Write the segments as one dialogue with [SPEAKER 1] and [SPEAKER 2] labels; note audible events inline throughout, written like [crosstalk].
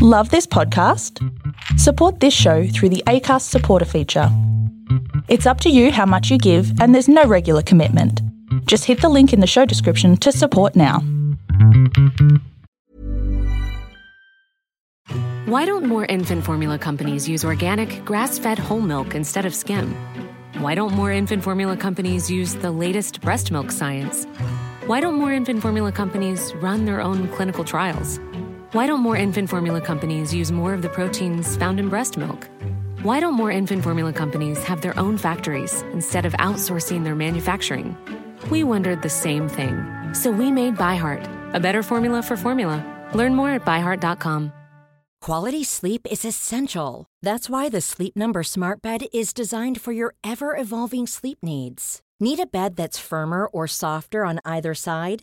[SPEAKER 1] Love this podcast? Support this show through the ACAST supporter feature. It's up to you how much you give, and there's no regular commitment. Just hit the link in the show description to support now.
[SPEAKER 2] Why don't more infant formula companies use organic, grass fed whole milk instead of skim? Why don't more infant formula companies use the latest breast milk science? Why don't more infant formula companies run their own clinical trials? Why don't more infant formula companies use more of the proteins found in breast milk? Why don't more infant formula companies have their own factories instead of outsourcing their manufacturing? We wondered the same thing. So we made ByHeart, a better formula for formula. Learn more at byheart.com.
[SPEAKER 3] Quality sleep is essential. That's why the Sleep Number Smart Bed is designed for your ever evolving sleep needs. Need a bed that's firmer or softer on either side?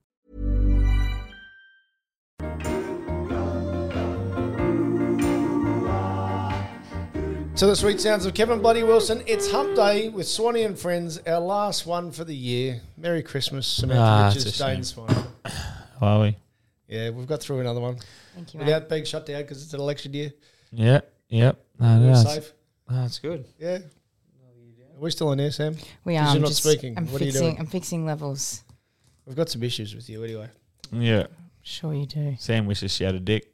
[SPEAKER 4] To the sweet sounds of Kevin Bloody Wilson, it's Hump Day with Swanee and friends, our last one for the year. Merry Christmas, Samantha
[SPEAKER 5] Ah,
[SPEAKER 4] Richards,
[SPEAKER 5] it's a
[SPEAKER 4] Dane Swanee.
[SPEAKER 5] Are we?
[SPEAKER 4] Yeah, we've got through another one
[SPEAKER 6] Thank you, mate.
[SPEAKER 4] without being shut down because it's an election year.
[SPEAKER 5] Yeah, yep. No,
[SPEAKER 4] We're
[SPEAKER 5] no, it's-
[SPEAKER 4] safe.
[SPEAKER 5] no, it's good.
[SPEAKER 4] Yeah. Are we still on air, Sam?
[SPEAKER 6] We
[SPEAKER 4] 'Cause
[SPEAKER 6] are.
[SPEAKER 4] you're
[SPEAKER 6] I'm
[SPEAKER 4] not
[SPEAKER 6] just,
[SPEAKER 4] speaking.
[SPEAKER 6] I'm
[SPEAKER 4] What are you
[SPEAKER 6] fixing,
[SPEAKER 4] doing?
[SPEAKER 6] I'm fixing levels.
[SPEAKER 4] We've got some issues with you anyway.
[SPEAKER 5] Yeah.
[SPEAKER 6] Sure you do.
[SPEAKER 5] Sam wishes she had a dick.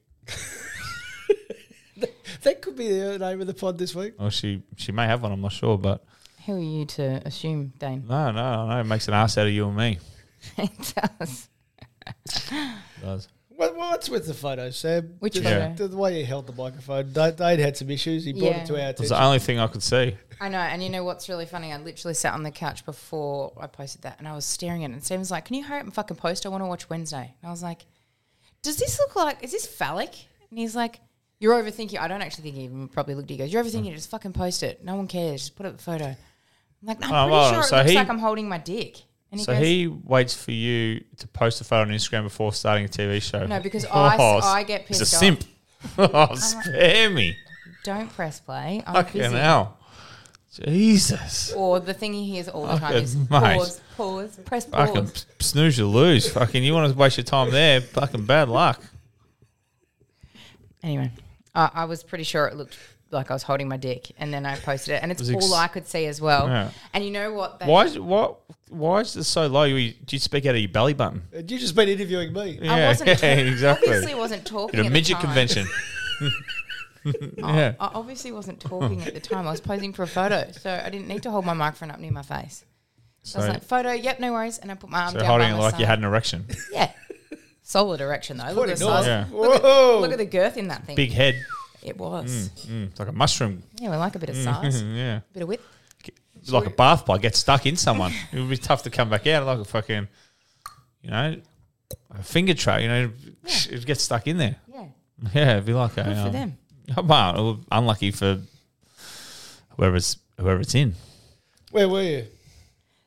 [SPEAKER 4] That could be the name of the pod this week.
[SPEAKER 5] Or she she may have one, I'm not sure, but
[SPEAKER 6] Who are you to assume, Dane?
[SPEAKER 5] no, no, no. It makes an ass out of you and me.
[SPEAKER 6] [laughs] it does.
[SPEAKER 5] It does.
[SPEAKER 4] What, what's with the photo, Sam?
[SPEAKER 6] Which
[SPEAKER 4] Just
[SPEAKER 5] Yeah.
[SPEAKER 4] The, the way you held the microphone. Da- Dane had some issues. He brought
[SPEAKER 6] Yeah.
[SPEAKER 4] it to our
[SPEAKER 5] It
[SPEAKER 4] attention.
[SPEAKER 5] was the only thing I could see.
[SPEAKER 6] I know, and you know what's really funny? I literally sat on the couch before I posted that, and I was staring at it. And Stephen's like, "Can you hurry up and fucking post? I want to watch Wednesday." And I was like, "Does this look like? Is this phallic?" And he's like, "You're overthinking." I don't actually think he even probably looked. at it. He goes, "You're overthinking. it. Just fucking post it. No one cares. Just put up the photo." I'm like, "I'm
[SPEAKER 5] Oh,
[SPEAKER 6] pretty
[SPEAKER 5] well,
[SPEAKER 6] sure it
[SPEAKER 5] so
[SPEAKER 6] looks
[SPEAKER 5] he-
[SPEAKER 6] like I'm holding my dick." And he
[SPEAKER 5] so
[SPEAKER 6] goes,
[SPEAKER 5] he waits for you to post a photo on Instagram before starting a TV show. Oh, [laughs]
[SPEAKER 6] No, because I- I get
[SPEAKER 5] He's
[SPEAKER 6] pissed
[SPEAKER 5] a
[SPEAKER 6] off.
[SPEAKER 5] simp. [laughs] oh, spare me.
[SPEAKER 6] "Don't press play. I'm
[SPEAKER 5] Fucking
[SPEAKER 6] busy."
[SPEAKER 5] hell. Jesus.
[SPEAKER 6] Or the thing he hears all the time
[SPEAKER 5] Fucking
[SPEAKER 6] is
[SPEAKER 5] [laughs] mate.
[SPEAKER 6] pause, pause, press
[SPEAKER 5] Fucking
[SPEAKER 6] pause.
[SPEAKER 5] p- snooze, you lose. Fucking, you want to waste your time there? Fucking bad luck.
[SPEAKER 6] Anyway, I I was pretty sure it looked like I was holding my dick, and then I posted it, and it's
[SPEAKER 5] Was ex-
[SPEAKER 6] all I could see as well.
[SPEAKER 5] Yeah.
[SPEAKER 6] And you know what? They,
[SPEAKER 5] Why is what? Why is this so low? You, do you speak out of your belly button?
[SPEAKER 4] you just been interviewing me.
[SPEAKER 6] I wasn't.
[SPEAKER 5] yeah, [laughs]
[SPEAKER 6] talking-
[SPEAKER 5] exactly.
[SPEAKER 6] Obviously, wasn't talking
[SPEAKER 5] At a
[SPEAKER 6] at
[SPEAKER 5] midget
[SPEAKER 6] the time. [laughs]
[SPEAKER 5] convention. [laughs] yeah.
[SPEAKER 6] I obviously wasn't talking at the time. I was posing for a photo, so I didn't need to hold my microphone up near my face. So, I
[SPEAKER 5] So-
[SPEAKER 6] was like, "Photo, yep, no worries." And I put my arm
[SPEAKER 5] So
[SPEAKER 6] down.
[SPEAKER 5] holding
[SPEAKER 6] by
[SPEAKER 5] it
[SPEAKER 6] my
[SPEAKER 5] like you
[SPEAKER 6] side.
[SPEAKER 5] had an erection.
[SPEAKER 6] yeah, solid erection though. Look
[SPEAKER 4] Quite
[SPEAKER 6] at, the
[SPEAKER 4] nice.
[SPEAKER 6] size.
[SPEAKER 5] Yeah.
[SPEAKER 6] Look, at,
[SPEAKER 4] Whoa.
[SPEAKER 6] look at the girth in that thing.
[SPEAKER 5] Big head.
[SPEAKER 6] It was.
[SPEAKER 5] Mm, Mm-hmm. it's like a mushroom.
[SPEAKER 6] Yeah, we like a bit of size, a
[SPEAKER 5] Yeah.
[SPEAKER 6] bit of width.
[SPEAKER 5] It's like a bath plug. Get stuck in someone. [laughs] It would be tough to come back out like a fucking, you know, a finger trail. You know, it gets stuck in there.
[SPEAKER 6] Yeah,
[SPEAKER 5] [laughs] Yeah, it'd be like a.
[SPEAKER 6] good for
[SPEAKER 5] um,
[SPEAKER 6] them.
[SPEAKER 5] [laughs] Well, unlucky for whoever's whoever it's in.
[SPEAKER 4] Where were you?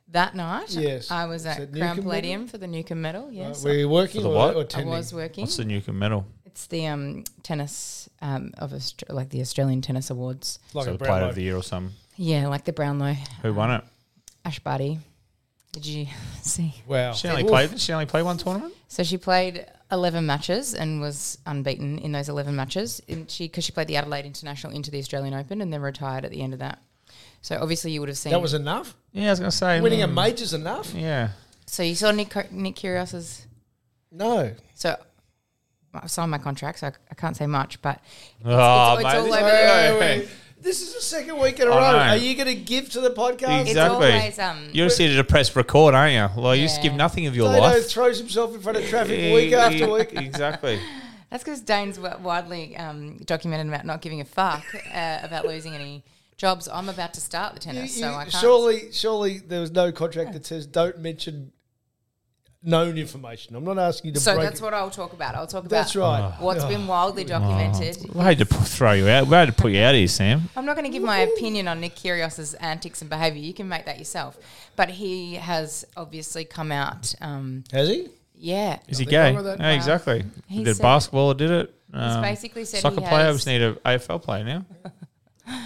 [SPEAKER 6] That night,
[SPEAKER 4] Yes.
[SPEAKER 6] I was
[SPEAKER 4] Is
[SPEAKER 6] at
[SPEAKER 4] it
[SPEAKER 6] Crown
[SPEAKER 4] Newcombe
[SPEAKER 6] Palladium for the Newcombe Medal.
[SPEAKER 4] Uh,
[SPEAKER 6] Yes,
[SPEAKER 4] were you working
[SPEAKER 5] For the
[SPEAKER 4] or,
[SPEAKER 5] what?
[SPEAKER 4] or
[SPEAKER 6] I
[SPEAKER 4] attending?
[SPEAKER 6] was working.
[SPEAKER 5] What's the Newcomb medal?
[SPEAKER 6] It's the um, tennis um, of Aust- like the Australian Tennis Awards.
[SPEAKER 4] Like
[SPEAKER 5] so
[SPEAKER 4] a
[SPEAKER 5] the player
[SPEAKER 4] Brownlow.
[SPEAKER 5] of the year or something.
[SPEAKER 6] Yeah, like the Brownlow
[SPEAKER 5] Who won it?
[SPEAKER 6] Ash Barty. Did you [laughs] see?
[SPEAKER 4] Wow.
[SPEAKER 5] She only
[SPEAKER 4] Oof.
[SPEAKER 5] played. She only played one tournament.
[SPEAKER 6] So she played eleven matches and was unbeaten in those eleven matches. And she because she played the Adelaide International into the Australian Open and then retired at the end of that. So obviously you would have seen.
[SPEAKER 4] That was enough?
[SPEAKER 5] Yeah, I was gonna say
[SPEAKER 4] Winning a
[SPEAKER 6] hmm.
[SPEAKER 5] mm,
[SPEAKER 4] major's enough?
[SPEAKER 5] Yeah,
[SPEAKER 6] so you saw Nick Nick Kyrgios's.
[SPEAKER 4] No.
[SPEAKER 6] So I've signed my contract, so I, I can't say much, but it's,
[SPEAKER 5] Oh,
[SPEAKER 6] it's,
[SPEAKER 5] mate,
[SPEAKER 6] it's all
[SPEAKER 5] this-
[SPEAKER 6] over.
[SPEAKER 5] Hey, hey,
[SPEAKER 4] Wait, wait,
[SPEAKER 5] hey.
[SPEAKER 4] wait. This is the second week in a
[SPEAKER 5] I
[SPEAKER 4] row.
[SPEAKER 5] know.
[SPEAKER 4] Are you going to give to the podcast?
[SPEAKER 5] exactly.
[SPEAKER 6] always, um,
[SPEAKER 5] You're just here to press record, aren't you? Like you just
[SPEAKER 6] Yeah.
[SPEAKER 5] give nothing of your
[SPEAKER 4] Dado
[SPEAKER 5] life.
[SPEAKER 4] throws himself in front of traffic
[SPEAKER 5] Yeah,
[SPEAKER 4] week
[SPEAKER 5] yeah,
[SPEAKER 4] after week.
[SPEAKER 5] [laughs] Exactly.
[SPEAKER 6] That's because Dane's wi- widely um, documented about not giving a fuck uh, about losing any jobs. I'm about to start the
[SPEAKER 4] You-
[SPEAKER 6] tennis,
[SPEAKER 4] you-
[SPEAKER 6] so I can't.
[SPEAKER 4] surely, surely there was no contract that says don't mention known information. I'm not asking you to
[SPEAKER 6] So
[SPEAKER 4] break.
[SPEAKER 6] that's what I'll talk about. I'll talk about
[SPEAKER 4] That's right.
[SPEAKER 6] what's been wildly documented.
[SPEAKER 5] I had to pu- throw you out. We had to put you out here, Sam.
[SPEAKER 6] I'm not going to give my opinion on Nick Kyrgios's antics and behaviour. You can make that yourself. But he has obviously come out. Um,
[SPEAKER 4] Has he?
[SPEAKER 6] yeah,
[SPEAKER 5] Is he
[SPEAKER 4] Nothing wrong
[SPEAKER 5] gay?
[SPEAKER 4] with that.
[SPEAKER 5] Yeah, exactly.
[SPEAKER 6] He
[SPEAKER 5] did
[SPEAKER 6] said-
[SPEAKER 5] basketball, did it. Um,
[SPEAKER 6] basically said
[SPEAKER 5] soccer
[SPEAKER 6] he
[SPEAKER 5] player.
[SPEAKER 6] has-
[SPEAKER 5] We just need an AFL player now.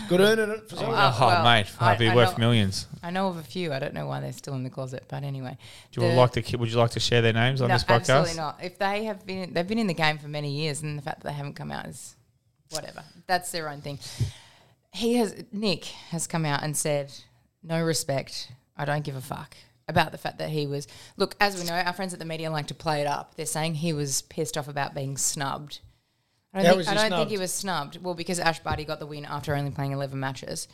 [SPEAKER 4] Good earning it for someone.
[SPEAKER 5] Oh,
[SPEAKER 6] well,
[SPEAKER 5] mate,
[SPEAKER 6] I-
[SPEAKER 5] I'd be
[SPEAKER 6] I
[SPEAKER 5] worth
[SPEAKER 6] know-
[SPEAKER 5] millions.
[SPEAKER 6] I know of a few. I don't know why they're still in the closet. But anyway,
[SPEAKER 5] Do you
[SPEAKER 6] the-
[SPEAKER 5] like to? ki- Would you like to share their names on
[SPEAKER 6] no,
[SPEAKER 5] this podcast?
[SPEAKER 6] absolutely not. If they have been, they've been in the game for many years, and the fact that they haven't come out is whatever. That's their own thing. He has Nick has come out and said, "No respect. I don't give a fuck." About the fact that he was look, as we know, our friends at the media like to play it up. They're saying he was pissed off about being snubbed. I don't,
[SPEAKER 4] How
[SPEAKER 6] think,
[SPEAKER 4] was
[SPEAKER 6] I
[SPEAKER 4] he
[SPEAKER 6] don't think
[SPEAKER 4] snubbed?
[SPEAKER 6] he was snubbed. Well, because Ash Barty got the win after only playing eleven matches,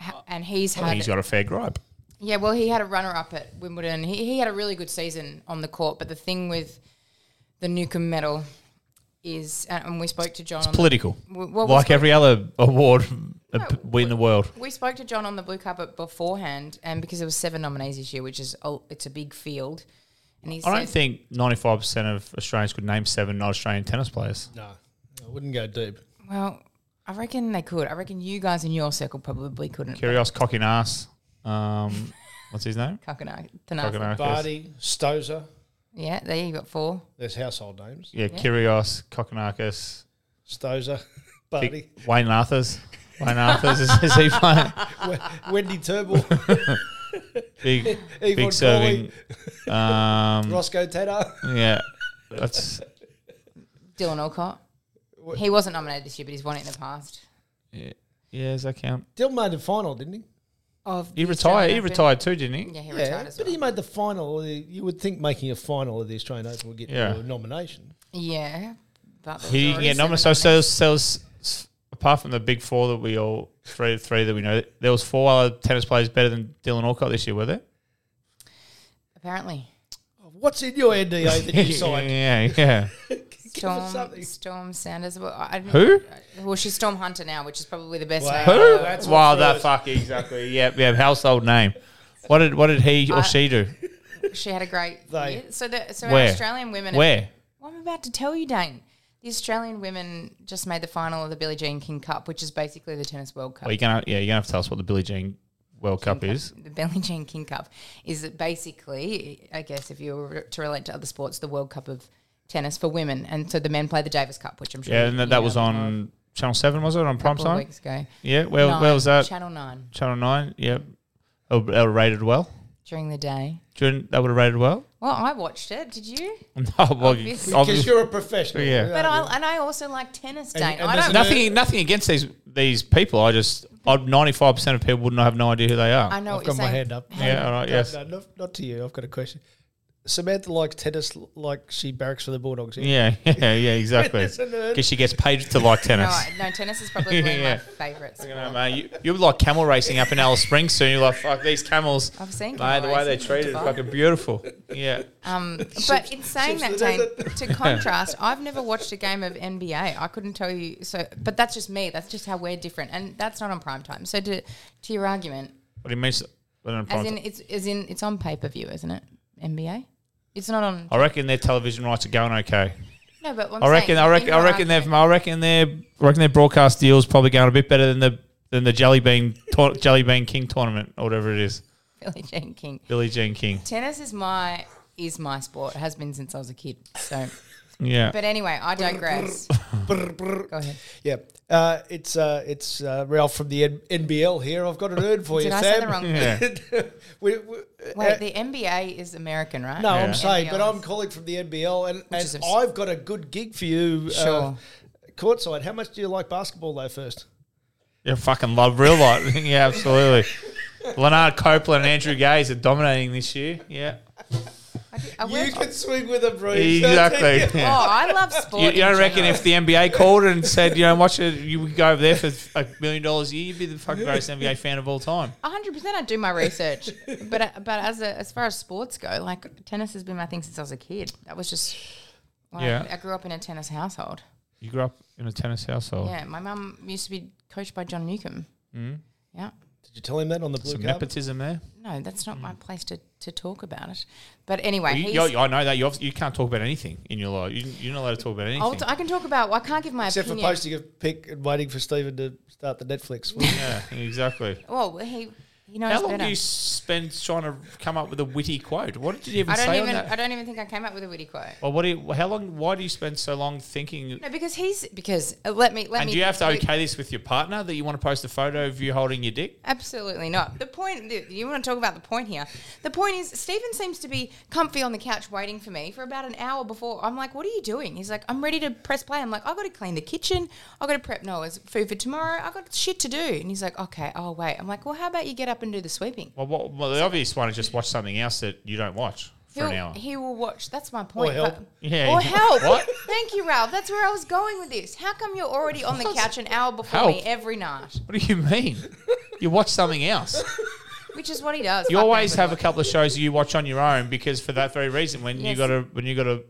[SPEAKER 6] Ha- and he's
[SPEAKER 5] I think
[SPEAKER 6] had
[SPEAKER 5] he's got a fair gripe.
[SPEAKER 6] yeah, well, he had a runner up at Wimbledon. He, he had a really good season on the court, but the thing with the Newcomb medal is, and and we spoke to John. on the-
[SPEAKER 5] Political,
[SPEAKER 6] W- well, we
[SPEAKER 5] like
[SPEAKER 6] spoke-
[SPEAKER 5] every other award in the world.
[SPEAKER 6] we spoke to John on the blue carpet beforehand, and because there was seven nominees this year, which is oh, it's a big field, and he
[SPEAKER 5] I
[SPEAKER 6] said,
[SPEAKER 5] don't think ninety-five percent of Australians could name seven non-Australian tennis players.
[SPEAKER 4] No, I wouldn't go deep.
[SPEAKER 6] "Well, I reckon they could. I reckon you guys in your circle probably couldn't."
[SPEAKER 5] Kyrgios, cocking ass.
[SPEAKER 6] [laughs]
[SPEAKER 5] Um, what's his name?
[SPEAKER 6] Kakana,
[SPEAKER 5] Kakanakis.
[SPEAKER 4] Barty, Stozer,
[SPEAKER 6] Yeah, there you got four.
[SPEAKER 4] there's household names.
[SPEAKER 5] Yeah, Kyrgios, Kokonakis,
[SPEAKER 4] Stozer, [laughs] Barty,
[SPEAKER 5] Wayne Arthurs. Wayne Arthurs is, is he playing?
[SPEAKER 4] Wendy Turble,
[SPEAKER 6] [laughs]
[SPEAKER 5] Big,
[SPEAKER 4] Yvonne
[SPEAKER 5] [laughs] big serving. Um,
[SPEAKER 4] Roscoe Tedder.
[SPEAKER 5] yeah,
[SPEAKER 6] [laughs]
[SPEAKER 5] that's
[SPEAKER 6] Dylan Alcott. He wasn't nominated this year, but he's won it in the past.
[SPEAKER 5] yeah. yeah, Does that count?
[SPEAKER 4] Still made the final, didn't he?
[SPEAKER 6] Of
[SPEAKER 5] He retired.
[SPEAKER 6] the
[SPEAKER 5] He
[SPEAKER 6] Australian Open.
[SPEAKER 5] retired too, didn't he?
[SPEAKER 6] Yeah, he
[SPEAKER 4] Yeah,
[SPEAKER 6] retired as
[SPEAKER 4] but
[SPEAKER 6] well.
[SPEAKER 4] he made the final. You would think making a final of the Australian Open would get
[SPEAKER 5] Yeah.
[SPEAKER 4] you a nomination.
[SPEAKER 6] Yeah, but
[SPEAKER 5] He didn't get nominated. So, so, so, so, apart from the big four that we all three, three that we know, there was four other tennis players better than Dylan Alcott this year, were there?
[SPEAKER 6] apparently
[SPEAKER 4] What's in your NDA that
[SPEAKER 5] [laughs]
[SPEAKER 4] you signed?
[SPEAKER 5] yeah, yeah.
[SPEAKER 4] Give us
[SPEAKER 6] Storm
[SPEAKER 4] something.
[SPEAKER 6] Storm Sanders. Well, I, I don't-
[SPEAKER 5] Who?
[SPEAKER 6] Well, she's Storm Hunter now, which is probably the best.
[SPEAKER 4] Wow.
[SPEAKER 6] name.
[SPEAKER 5] Who?
[SPEAKER 4] Uh, that's what
[SPEAKER 5] wow,
[SPEAKER 4] threw
[SPEAKER 5] that
[SPEAKER 4] us.
[SPEAKER 5] fuck exactly. Yeah, yeah. Household name. What did what did he or
[SPEAKER 6] I-
[SPEAKER 5] she do?
[SPEAKER 6] She had Uh, a great
[SPEAKER 4] They.
[SPEAKER 6] year. So the so
[SPEAKER 5] Where?
[SPEAKER 6] our Australian women.
[SPEAKER 5] Where?
[SPEAKER 6] Well, I'm about to tell you, Dane. The Australian women just made the final of the Billie Jean King Cup, which is basically the tennis World Cup.
[SPEAKER 5] Well, you're gonna yeah, you're gonna have to tell us what the Billie Jean World Cup is.
[SPEAKER 6] the Billie Jean King Cup is that basically, I guess, if you were to relate to other sports, the World Cup of tennis for women, and so the men play the Davis Cup, which I'm sure.
[SPEAKER 5] Yeah,
[SPEAKER 6] you-
[SPEAKER 5] and that,
[SPEAKER 6] you
[SPEAKER 5] that
[SPEAKER 6] know
[SPEAKER 5] was
[SPEAKER 6] about
[SPEAKER 5] on Channel Seven, was it on
[SPEAKER 6] a
[SPEAKER 5] prime
[SPEAKER 6] couple of
[SPEAKER 5] time?
[SPEAKER 6] weeks ago.
[SPEAKER 5] Yeah, where, where was
[SPEAKER 6] Nine,
[SPEAKER 5] that?
[SPEAKER 6] Channel Nine
[SPEAKER 5] Channel Nine. Yeah, they were, they were rated well.
[SPEAKER 6] during the day.
[SPEAKER 5] During they would have rated well. [laughs]
[SPEAKER 6] Well, I watched it. Did you?
[SPEAKER 5] No, well,
[SPEAKER 6] Obviously.
[SPEAKER 5] obviously-
[SPEAKER 4] Because you're a professional.
[SPEAKER 5] Yeah.
[SPEAKER 6] But I and I also like tennis,
[SPEAKER 4] And-
[SPEAKER 6] Dane.
[SPEAKER 4] and
[SPEAKER 6] I
[SPEAKER 4] there's
[SPEAKER 6] don't.
[SPEAKER 4] another-
[SPEAKER 5] nothing nothing against these these people. I just ninety five percent of people wouldn't have no idea who they are.
[SPEAKER 6] I know
[SPEAKER 4] I've
[SPEAKER 6] what you're
[SPEAKER 4] got my
[SPEAKER 6] saying.
[SPEAKER 4] hand up.
[SPEAKER 5] yeah, all right,
[SPEAKER 4] No,
[SPEAKER 5] yes.
[SPEAKER 4] no, not, not to you. I've got a question. Samantha likes tennis l- like she barracks for the Bulldogs. yeah?
[SPEAKER 5] [laughs] Yeah, yeah, yeah,
[SPEAKER 6] [laughs]
[SPEAKER 5] exactly.
[SPEAKER 4] It's a nerd.
[SPEAKER 5] Because she gets paid to like
[SPEAKER 6] [laughs] No,
[SPEAKER 5] tennis.
[SPEAKER 6] I- no, tennis is
[SPEAKER 4] [laughs]
[SPEAKER 6] probably
[SPEAKER 5] Yeah.
[SPEAKER 6] my favourite.
[SPEAKER 5] You know,
[SPEAKER 6] sport.
[SPEAKER 5] mate, you, you're like camel racing up in Alice Springs soon. You're like, fuck these camels.
[SPEAKER 6] I've seen
[SPEAKER 5] Mate,
[SPEAKER 6] camel
[SPEAKER 5] the way they're
[SPEAKER 6] racing in
[SPEAKER 5] treated is
[SPEAKER 6] Dubai.
[SPEAKER 5] fucking beautiful. Yeah.
[SPEAKER 6] Um, but in saying that,
[SPEAKER 4] ships
[SPEAKER 6] Dane,
[SPEAKER 4] the
[SPEAKER 5] [laughs]
[SPEAKER 6] to contrast, I've never watched a game of NBA. I couldn't tell you. So, but that's just me. That's just how we're different, and that's not on prime time. So, to to your argument,
[SPEAKER 5] But it means, I, don't know,
[SPEAKER 6] as in it's as in it's on pay per view, isn't it? NBA. It's not on.
[SPEAKER 5] I reckon their television rights are going okay.
[SPEAKER 6] No, but what
[SPEAKER 5] I
[SPEAKER 6] I'm
[SPEAKER 5] reckon,
[SPEAKER 6] saying,
[SPEAKER 5] I
[SPEAKER 6] in
[SPEAKER 5] reckon, I
[SPEAKER 6] your
[SPEAKER 5] reckon
[SPEAKER 6] argument-
[SPEAKER 5] their, I reckon their, I reckon their broadcast deal's probably going a bit better than the than the Jelly Bean tour- Jelly Bean King tournament or whatever it is,
[SPEAKER 6] [laughs] Billie Jean King.
[SPEAKER 5] Billie Jean King.
[SPEAKER 6] Tennis is my is my sport. It has been since I was a kid. So,
[SPEAKER 5] Yeah.
[SPEAKER 6] but anyway, I digress.
[SPEAKER 4] [laughs] Brr, brr.
[SPEAKER 6] Go ahead.
[SPEAKER 4] Yeah, uh, it's uh, it's uh, Ralph from the N- NBL here. I've got an urn for
[SPEAKER 6] [laughs] Did
[SPEAKER 4] you,
[SPEAKER 6] I say
[SPEAKER 4] Sam.
[SPEAKER 6] the wrong thing?
[SPEAKER 5] [laughs] Yeah.
[SPEAKER 4] [laughs] We- we-
[SPEAKER 6] Wait,
[SPEAKER 4] uh,
[SPEAKER 6] the NBA is American, right?
[SPEAKER 4] no, I'm saying, but
[SPEAKER 6] NBL.
[SPEAKER 4] I'm calling from the NBL, and,
[SPEAKER 6] is
[SPEAKER 4] and
[SPEAKER 6] obs-
[SPEAKER 4] I've got a good gig for you. Uh,
[SPEAKER 6] Sure.
[SPEAKER 4] courtside. How much do you like basketball though? First,
[SPEAKER 5] Yeah, fucking love real life. [laughs] yeah, absolutely. Leonard Copeland and Andrew Gaze are dominating this year. Yeah,
[SPEAKER 6] I
[SPEAKER 4] you
[SPEAKER 6] went-
[SPEAKER 4] can swing with a breeze.
[SPEAKER 5] exactly.
[SPEAKER 6] [laughs] Oh,
[SPEAKER 5] Yeah.
[SPEAKER 6] I love sport.
[SPEAKER 5] You, you
[SPEAKER 6] in
[SPEAKER 5] don't reckon
[SPEAKER 6] general.
[SPEAKER 5] if the NBA called and said, you know, watch it, you would go over there for a million dollars a year, you'd be the fucking greatest NBA fan of all time.
[SPEAKER 6] A hundred percent, I do my research. but uh, but as a, as far as sports go, like tennis has been my thing since I was a kid. That was just. Well,
[SPEAKER 5] Yeah.
[SPEAKER 6] I, grew up in a tennis household.
[SPEAKER 5] You grew up in a tennis household.
[SPEAKER 6] Yeah, my mum used to be coached by John Newcomb. Mm. Yeah,
[SPEAKER 4] Did you tell him that on the blue
[SPEAKER 5] Some
[SPEAKER 4] carpet?
[SPEAKER 5] nepotism there.
[SPEAKER 6] No, that's not my place to, to talk about it. But anyway,
[SPEAKER 5] Mm. You-
[SPEAKER 6] he's-
[SPEAKER 5] you- I know that you obvi- you can't talk about anything in your life. You, you're not allowed to talk about anything.
[SPEAKER 6] I'll t- I can talk about. Well, I can't give my
[SPEAKER 4] Except for
[SPEAKER 6] opinion.
[SPEAKER 4] posting a pic and waiting for Stephen to start the Netflix.
[SPEAKER 5] yeah, exactly.
[SPEAKER 6] well, he he knows
[SPEAKER 5] How long
[SPEAKER 6] better.
[SPEAKER 5] do you spend trying to come up with a witty quote? What did you even
[SPEAKER 6] I don't
[SPEAKER 5] say
[SPEAKER 6] even.
[SPEAKER 5] on that?
[SPEAKER 6] I don't even think I came up with a witty quote.
[SPEAKER 5] Well, what do you, how long? Why do you spend so long thinking?
[SPEAKER 6] No, because he's because uh, let me let
[SPEAKER 5] and
[SPEAKER 6] me.
[SPEAKER 5] do you have to
[SPEAKER 6] we-
[SPEAKER 5] okay this with your partner that you want to post a photo of you holding your dick?
[SPEAKER 6] Absolutely not. The point you want to talk about the point here. The point is Stephen seems to be comfy on the couch waiting for me for about an hour before. I'm like, "What are you doing?" He's like, "I'm ready to press play." I'm like, "I got to clean the kitchen. I got to prep Noah's food for tomorrow. I got shit to do." And he's like, "Okay, I'll wait." I'm like, "Well, how about you get up and do the sweeping?"
[SPEAKER 5] Well, what, well the obvious one is just watch something else that you don't watch for
[SPEAKER 6] He'll,
[SPEAKER 5] an hour.
[SPEAKER 6] He will watch. That's my point.
[SPEAKER 4] help.
[SPEAKER 6] but-
[SPEAKER 5] Yeah.
[SPEAKER 6] Or
[SPEAKER 5] [laughs]
[SPEAKER 6] help.
[SPEAKER 5] What?
[SPEAKER 6] Thank you, Ralph. That's where I was going with this. How come you're already on the couch an hour before me
[SPEAKER 5] Help.
[SPEAKER 6] every night?
[SPEAKER 5] What do you
[SPEAKER 6] [laughs]
[SPEAKER 5] mean? You watch something else.
[SPEAKER 6] Which is what he does.
[SPEAKER 5] You
[SPEAKER 6] Fuck
[SPEAKER 5] always
[SPEAKER 6] everybody.
[SPEAKER 5] have a couple of shows that you watch on your own because for that very reason, when you
[SPEAKER 6] Yes.
[SPEAKER 5] got to when you got to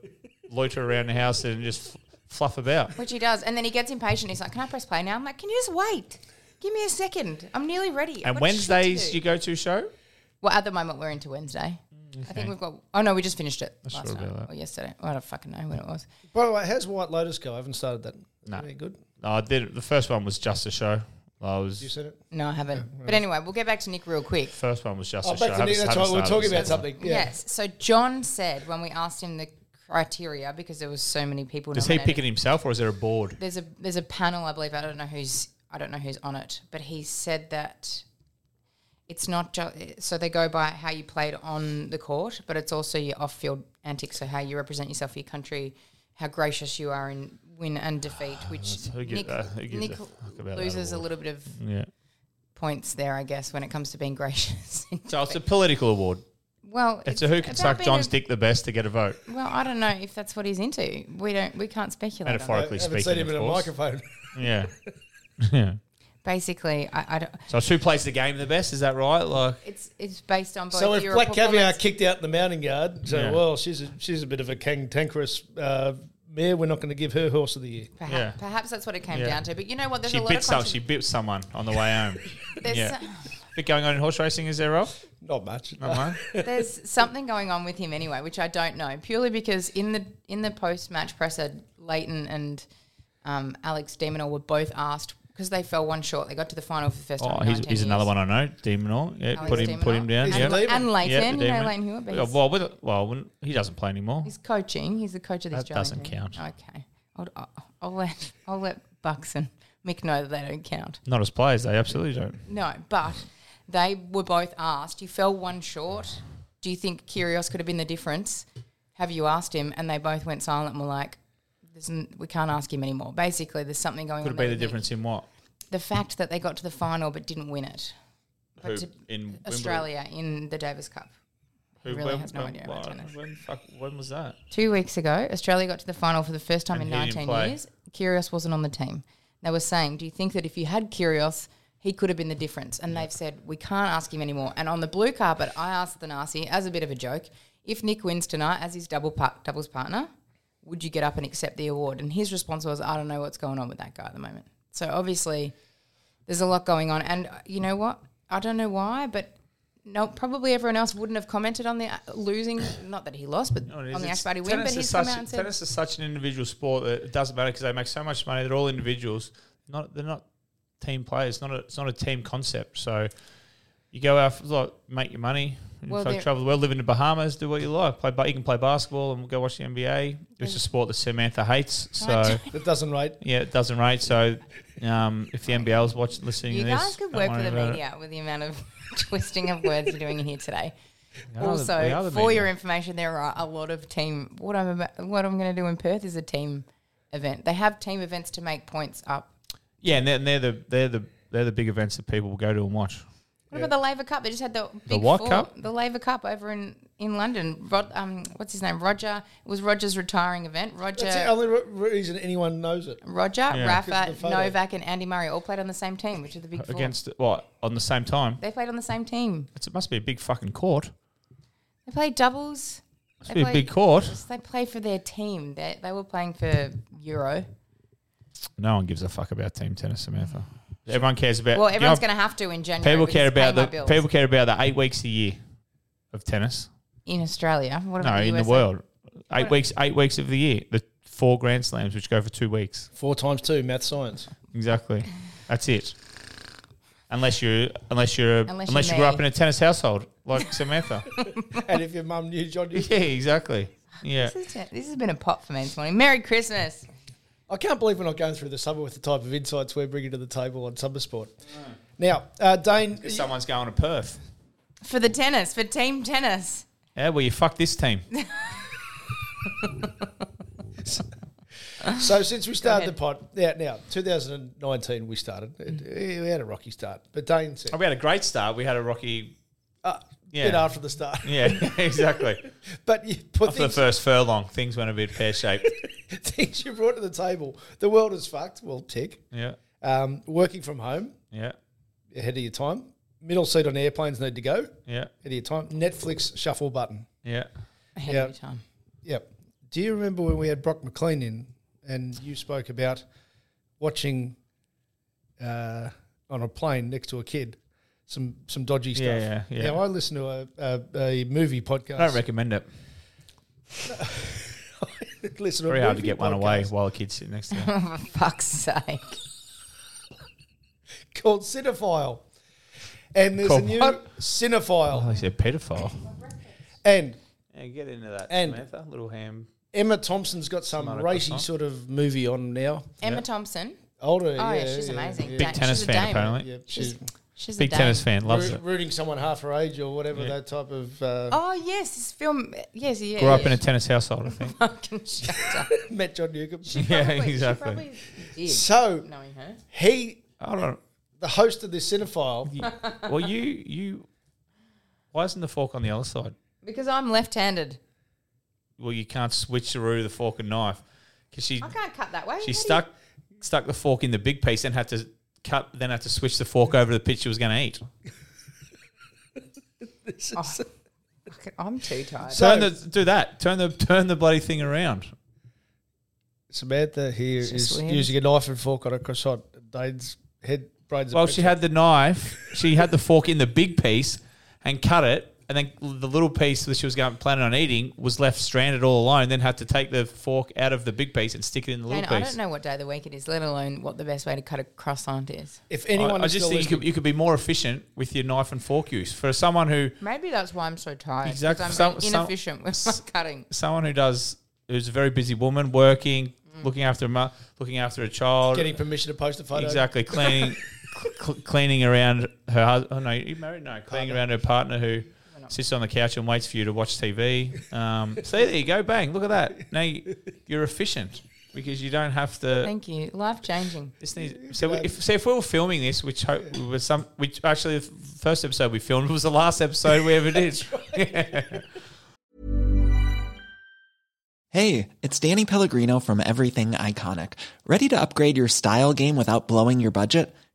[SPEAKER 5] loiter around the house and just f- fluff about.
[SPEAKER 6] Which he does. And then he gets impatient. He's like, Can I press play now? I'm like, Can you just wait? Give me a second. I'm nearly ready. I've
[SPEAKER 5] And
[SPEAKER 6] got shit to
[SPEAKER 5] Wednesdays
[SPEAKER 6] do."
[SPEAKER 5] you go to a show.
[SPEAKER 6] Well, at the moment, we're into Wednesday. I think we've got. Oh, no, we just finished it last
[SPEAKER 5] sure
[SPEAKER 6] night.
[SPEAKER 5] about that.
[SPEAKER 6] Or yesterday. I don't fucking know when it was.
[SPEAKER 4] [laughs] By the way, how's White Lotus go? I haven't started that. Is
[SPEAKER 5] No.
[SPEAKER 4] that any good?
[SPEAKER 5] No, I did. The first one was just a show. I
[SPEAKER 4] You
[SPEAKER 5] was
[SPEAKER 4] seen it?
[SPEAKER 6] No, I haven't. But anyway, we'll get back to Nick real quick.
[SPEAKER 5] first one was just
[SPEAKER 4] Oh,
[SPEAKER 5] a show.
[SPEAKER 4] back to Nick. That's
[SPEAKER 5] Haven't-
[SPEAKER 4] right.
[SPEAKER 5] haven't
[SPEAKER 4] We're
[SPEAKER 5] started
[SPEAKER 4] talking
[SPEAKER 5] the
[SPEAKER 4] about
[SPEAKER 5] second one.
[SPEAKER 4] something. Yeah.
[SPEAKER 6] Yes. So John said when we asked him the criteria, because there was so many people.
[SPEAKER 5] Does he
[SPEAKER 6] nominated-
[SPEAKER 5] pick it himself or is there a board?
[SPEAKER 6] there's a there's a panel I believe I don't know who's I don't know who's on it, but he said that it's not just so they go by how you played on the court, but it's also your off-field antics, so how you represent yourself, your country, how gracious you are in win and defeat, which
[SPEAKER 5] Ah, Who gives
[SPEAKER 6] Nick,
[SPEAKER 5] a- who gives a
[SPEAKER 6] Nick
[SPEAKER 5] fuck about that
[SPEAKER 6] loses a
[SPEAKER 5] award?
[SPEAKER 6] little bit of
[SPEAKER 5] Yeah.
[SPEAKER 6] points there, I guess, when it comes to being gracious.
[SPEAKER 5] So it's a political award.
[SPEAKER 6] well,
[SPEAKER 5] It's, a who can
[SPEAKER 6] about
[SPEAKER 5] suck
[SPEAKER 6] being
[SPEAKER 5] John's
[SPEAKER 6] a-
[SPEAKER 5] dick the best to get a vote.
[SPEAKER 6] Well, I don't know if that's what he's into. We don't. We can't speculate. on that.
[SPEAKER 5] Metaphorically
[SPEAKER 4] I haven't
[SPEAKER 5] speaking,
[SPEAKER 4] seen him
[SPEAKER 5] of
[SPEAKER 4] in a
[SPEAKER 5] course.
[SPEAKER 4] microphone.
[SPEAKER 5] Yeah.
[SPEAKER 6] [laughs]
[SPEAKER 5] yeah.
[SPEAKER 6] Basically, I, I don't.
[SPEAKER 5] So it's who plays the game the best? Is that right? Like,
[SPEAKER 6] It's it's based on both
[SPEAKER 4] so if
[SPEAKER 6] your
[SPEAKER 4] Black Caviar
[SPEAKER 6] performance-
[SPEAKER 4] kicked out the mounting guard, so
[SPEAKER 5] Yeah.
[SPEAKER 4] well, she's a, she's a bit of a cantankerous uh, mare. We're not going to give her horse of the year.
[SPEAKER 6] Perhaps,
[SPEAKER 5] Yeah.
[SPEAKER 6] perhaps that's what it came
[SPEAKER 5] Yeah.
[SPEAKER 6] down to. But you know what? There's
[SPEAKER 5] she
[SPEAKER 6] a lot
[SPEAKER 5] bit
[SPEAKER 6] of
[SPEAKER 5] some,
[SPEAKER 6] contro-
[SPEAKER 5] she bit someone on the way home.
[SPEAKER 6] there's,
[SPEAKER 5] yeah. [laughs]
[SPEAKER 6] so-
[SPEAKER 5] bit going on in horse racing, is there, Ralph?
[SPEAKER 4] Not much.
[SPEAKER 5] Not mine.
[SPEAKER 6] there's something going on with him anyway, which I don't know. Purely because in the in the post match presser, Leighton and um, Alex Demonor were both asked because they fell one short. They got to the final for the first time.
[SPEAKER 5] Oh,
[SPEAKER 6] in
[SPEAKER 5] he's,
[SPEAKER 6] 19
[SPEAKER 5] he's
[SPEAKER 6] years. Oh,
[SPEAKER 5] another one I know, Demonor. Yeah,
[SPEAKER 6] Alex
[SPEAKER 5] put him, put him
[SPEAKER 6] Demonor.
[SPEAKER 5] down.
[SPEAKER 4] He's
[SPEAKER 5] yeah.
[SPEAKER 4] the Leighton.
[SPEAKER 6] And, and
[SPEAKER 5] Yeah,
[SPEAKER 6] Leighton,
[SPEAKER 5] the
[SPEAKER 6] you know
[SPEAKER 5] Demonor.
[SPEAKER 6] Leighton Hewitt, but
[SPEAKER 5] Yeah,
[SPEAKER 6] he's,
[SPEAKER 5] well, with, well, when- he doesn't play anymore.
[SPEAKER 6] he's coaching. He's the coach of this.
[SPEAKER 5] That
[SPEAKER 6] Geelong
[SPEAKER 5] doesn't
[SPEAKER 6] team.
[SPEAKER 5] count.
[SPEAKER 6] Okay, I'll, I'll, I'll let I'll let Bucks and Mick know that they don't count.
[SPEAKER 5] Not as players, they absolutely don't.
[SPEAKER 6] No, but they were both asked. You fell one short. Do you think Kyrgios could have been the difference? Have you asked him? And they both went silent and were like, "There's n- "We can't ask him anymore." Basically, there's something going
[SPEAKER 5] Could have
[SPEAKER 6] on.
[SPEAKER 5] been the
[SPEAKER 6] there with Nick.
[SPEAKER 5] difference in what?
[SPEAKER 6] The fact that they got to the final but didn't win it. But
[SPEAKER 5] Who-
[SPEAKER 6] to
[SPEAKER 5] in
[SPEAKER 6] Australia in the Davis Cup.
[SPEAKER 5] Wimbledon? Who-
[SPEAKER 6] really has no
[SPEAKER 5] when,
[SPEAKER 6] idea about
[SPEAKER 5] when-
[SPEAKER 6] tennis.
[SPEAKER 5] When, fuck, when was that?
[SPEAKER 6] Two weeks ago, Australia got to the final for the first time
[SPEAKER 5] And
[SPEAKER 6] in
[SPEAKER 5] he didn't
[SPEAKER 6] 19
[SPEAKER 5] play.
[SPEAKER 6] years. Kyrgios wasn't on the team. They were saying, "Do you think that if you had Kyrgios, he could have been the difference?" And they've said, "We can't ask him anymore." And on the blue carpet, I asked the Nasi as a bit of a joke, if Nick wins tonight as his double par- doubles partner, would you get up and accept the award? And his response was, "I don't know what's going on with that guy at the moment." So obviously, there's a lot going on, and uh, you know what? I don't know why, but. No, probably everyone else wouldn't have commented on the uh,
[SPEAKER 5] [sighs]
[SPEAKER 6] losing. Not that he lost, but
[SPEAKER 5] No, Oh, it is.
[SPEAKER 6] on the
[SPEAKER 5] It's-
[SPEAKER 6] Axe Party win.
[SPEAKER 5] tennis
[SPEAKER 6] But
[SPEAKER 5] is
[SPEAKER 6] he's
[SPEAKER 5] such,
[SPEAKER 6] come out and said,
[SPEAKER 5] tennis is such an individual sport that it doesn't matter because they make so much money. They're all individuals. Not they're not team players. Not a, it's not a team concept. So you go out, like, make your money. and
[SPEAKER 6] Well,
[SPEAKER 5] fuck,
[SPEAKER 6] there-
[SPEAKER 5] travel the world, live in the Bahamas, do what you like. Play, ba- you can play basketball and go watch the NBA. It's a sport that Samantha hates. So
[SPEAKER 4] That doesn't rate.
[SPEAKER 5] yeah, it doesn't rate. So um, if the NBL's watching, listening
[SPEAKER 6] You
[SPEAKER 5] to this,
[SPEAKER 6] guys could
[SPEAKER 5] don't
[SPEAKER 6] work
[SPEAKER 5] worry
[SPEAKER 6] for the
[SPEAKER 5] about it.
[SPEAKER 6] media with the amount of [laughs] twisting of words you're doing in here today.
[SPEAKER 5] We are [laughs] the-
[SPEAKER 6] Also,
[SPEAKER 5] we are the
[SPEAKER 6] for
[SPEAKER 5] media.
[SPEAKER 6] your information, there are a lot of team. What I'm about, what I'm going to do in Perth is a team event. They have team events to make points up.
[SPEAKER 5] yeah, and they're, and they're the they're the they're the big events that people will go to and watch.
[SPEAKER 6] What about the Labor Cup? They just had the big
[SPEAKER 5] what
[SPEAKER 6] four,
[SPEAKER 5] cup?
[SPEAKER 6] The Labor Cup over in in London. Rod, um, what's his name? Roger. It was Roger's retiring event. Roger.
[SPEAKER 4] That's the only re- reason anyone knows it.
[SPEAKER 6] Roger,
[SPEAKER 4] Because
[SPEAKER 6] Rafa,
[SPEAKER 4] of the photo.
[SPEAKER 6] Novak, and Andy Murray all played on the same team, which are the big four.
[SPEAKER 5] Against what on the same time?
[SPEAKER 6] they played on the same team.
[SPEAKER 5] It's, it must be a big fucking court.
[SPEAKER 6] They played doubles.
[SPEAKER 5] Must
[SPEAKER 6] They
[SPEAKER 5] be a
[SPEAKER 6] play-
[SPEAKER 5] big court.
[SPEAKER 6] Just They play for their team. They, they were playing for Euro.
[SPEAKER 5] No one gives a fuck about team tennis, Samantha. Everyone cares about.
[SPEAKER 6] Well,
[SPEAKER 5] you know,
[SPEAKER 6] everyone's going to have to in January.
[SPEAKER 5] people
[SPEAKER 6] because
[SPEAKER 5] care
[SPEAKER 6] it's pay
[SPEAKER 5] about
[SPEAKER 6] my
[SPEAKER 5] the
[SPEAKER 6] bills.
[SPEAKER 5] people care about the eight weeks a year of tennis.
[SPEAKER 6] in Australia. What
[SPEAKER 5] No,
[SPEAKER 6] about
[SPEAKER 5] in the
[SPEAKER 6] USA?
[SPEAKER 5] world, eight weeks, eight weeks of the year, the four Grand Slams which go for two weeks.
[SPEAKER 4] Four times two, math
[SPEAKER 5] [laughs]
[SPEAKER 4] science.
[SPEAKER 6] [laughs]
[SPEAKER 5] Exactly, that's it. Unless you, unless you're,
[SPEAKER 6] Unless
[SPEAKER 5] unless,
[SPEAKER 6] you're
[SPEAKER 5] you grew up
[SPEAKER 6] me.
[SPEAKER 5] in a tennis household
[SPEAKER 6] [laughs]
[SPEAKER 5] like Samantha. [laughs]
[SPEAKER 4] and if your mum knew John did.
[SPEAKER 5] yeah, exactly. Yeah.
[SPEAKER 6] This, is it. This has been a pot for me this morning. Merry Christmas.
[SPEAKER 4] I can't believe we're not going through the summer with the type of insights we're bringing to the table on Summer Sport. Now, uh, Dane,
[SPEAKER 5] Someone's going to Perth.
[SPEAKER 6] For the tennis, for team tennis.
[SPEAKER 5] Yeah, well, you fuck this team.
[SPEAKER 4] so since we started the
[SPEAKER 6] ahead.
[SPEAKER 4] pod, yeah, now 2019 we started.
[SPEAKER 5] Mm.
[SPEAKER 4] It- eh, we had a rocky start, but Dane said,
[SPEAKER 5] we had a great start. We had a rocky.
[SPEAKER 4] uh,
[SPEAKER 5] Yeah.
[SPEAKER 4] bit after the start.
[SPEAKER 5] Yeah, [laughs] exactly.
[SPEAKER 4] [laughs] But you put
[SPEAKER 5] After the
[SPEAKER 4] things,
[SPEAKER 5] first furlong, things went a bit pear shaped.
[SPEAKER 4] [laughs] things you brought to the table. The world is fucked. Well, tick.
[SPEAKER 5] Yeah,
[SPEAKER 4] Um, working from home
[SPEAKER 5] yeah,
[SPEAKER 4] ahead of your time. Middle seat on airplanes need to go ahead
[SPEAKER 5] yeah,
[SPEAKER 4] of your time. Netflix shuffle button.
[SPEAKER 5] yeah.
[SPEAKER 6] Ahead
[SPEAKER 4] Yeah.
[SPEAKER 6] of your time.
[SPEAKER 4] Yep. Do you remember when we had Brock McLean in and you spoke about watching uh, on a plane next to a kid some some dodgy stuff?
[SPEAKER 5] Yeah, yeah, yeah.
[SPEAKER 4] Now, I listen to a, a, a movie podcast.
[SPEAKER 5] I don't recommend it.
[SPEAKER 4] [laughs] listen to a
[SPEAKER 5] Very hard to
[SPEAKER 4] movie
[SPEAKER 5] get one away
[SPEAKER 4] podcast
[SPEAKER 5] while a kid's sitting next to
[SPEAKER 4] [laughs]
[SPEAKER 5] you.
[SPEAKER 6] For [laughs] fuck's sake.
[SPEAKER 4] Called Cinephile. And there's
[SPEAKER 5] Called
[SPEAKER 4] a new
[SPEAKER 5] what?
[SPEAKER 4] Cinephile.
[SPEAKER 5] oh, he's a pedophile.
[SPEAKER 4] And
[SPEAKER 5] Yeah, get into that,
[SPEAKER 4] And-
[SPEAKER 5] Samantha. Little ham.
[SPEAKER 4] Emma Thompson's got some
[SPEAKER 5] Tomato
[SPEAKER 4] racy
[SPEAKER 5] croissant.
[SPEAKER 4] sort of movie on now.
[SPEAKER 6] Emma Thompson.
[SPEAKER 4] Older.
[SPEAKER 6] Oh, yeah, she's amazing.
[SPEAKER 4] Yeah,
[SPEAKER 6] Big She's
[SPEAKER 5] tennis
[SPEAKER 6] a
[SPEAKER 5] fan,
[SPEAKER 6] dame.
[SPEAKER 5] apparently.
[SPEAKER 4] yeah,
[SPEAKER 6] She's,
[SPEAKER 4] she's
[SPEAKER 6] she's a
[SPEAKER 5] Big
[SPEAKER 6] dame.
[SPEAKER 5] tennis fan. Loves
[SPEAKER 4] roo-
[SPEAKER 5] it.
[SPEAKER 4] rooting someone half her age or whatever
[SPEAKER 5] Yeah.
[SPEAKER 4] that type of uh, [laughs]
[SPEAKER 6] Oh, yes. This film. Yes, yeah.
[SPEAKER 5] Grew up
[SPEAKER 6] yeah. [laughs]
[SPEAKER 5] in a tennis household, I [laughs] think.
[SPEAKER 6] Fucking shut up.
[SPEAKER 4] met John Newcomb.
[SPEAKER 5] [laughs] yeah,
[SPEAKER 6] Probably- she
[SPEAKER 5] exactly.
[SPEAKER 6] probably did,
[SPEAKER 4] So
[SPEAKER 6] knowing her.
[SPEAKER 4] he,
[SPEAKER 5] I don't.
[SPEAKER 4] the host of this cinephile,
[SPEAKER 5] Well, you, you. Why isn't the fork on the other side?
[SPEAKER 6] Because I'm left handed.
[SPEAKER 5] Well, you can't switch through the fork and knife because she
[SPEAKER 6] I can't cut that way. How do
[SPEAKER 5] She
[SPEAKER 6] you-
[SPEAKER 5] stuck stuck the fork in the big piece and had to cut then had to switch the fork over to the bit she was going to eat.
[SPEAKER 6] Oh, Fucking- I'm too tired.
[SPEAKER 4] So-
[SPEAKER 5] turn the do that. Turn the turn the bloody thing around.
[SPEAKER 4] Samantha here is
[SPEAKER 6] It's just weird.
[SPEAKER 4] using a knife and fork on a croissant. Dane's head brains. a
[SPEAKER 5] Well, she
[SPEAKER 4] picture.
[SPEAKER 5] had the knife. She had the fork in the big piece and cut it. And then the little piece that she was going planning on eating was left stranded all alone. Then had to take the fork out of the big piece and stick it in the
[SPEAKER 6] Jane,
[SPEAKER 5] little
[SPEAKER 6] I
[SPEAKER 5] piece.
[SPEAKER 6] don't know what day of the week it is, let alone what the best way to cut a croissant is.
[SPEAKER 4] If anyone,
[SPEAKER 5] I, I just think you could, you could be more efficient with your knife and fork use. For someone who
[SPEAKER 6] Maybe that's why I'm so tired. 'cause
[SPEAKER 5] Exactly.
[SPEAKER 6] I'm
[SPEAKER 5] Some- some-
[SPEAKER 6] inefficient with my cutting.
[SPEAKER 5] someone who does who's a very busy woman working,
[SPEAKER 6] Mm.
[SPEAKER 5] looking after a mu- looking after a child,
[SPEAKER 4] getting permission to post a photo.
[SPEAKER 5] Exactly, [laughs] cleaning, cl- cleaning around her husband. Oh no, you married? No, cleaning around her partner who sits on the couch and waits for you to watch TV. Um, [laughs] see, there you go, bang! Look at that. Now you, you're efficient because you don't have to.
[SPEAKER 6] Thank you. Life changing.
[SPEAKER 5] This needs, so if so if we were filming this, which ho- was some, which actually the first episode we filmed was the last episode we [laughs] ever did.
[SPEAKER 7] Hey, it's Danny Pellegrino from Everything Iconic. Ready to upgrade your style game without blowing your budget?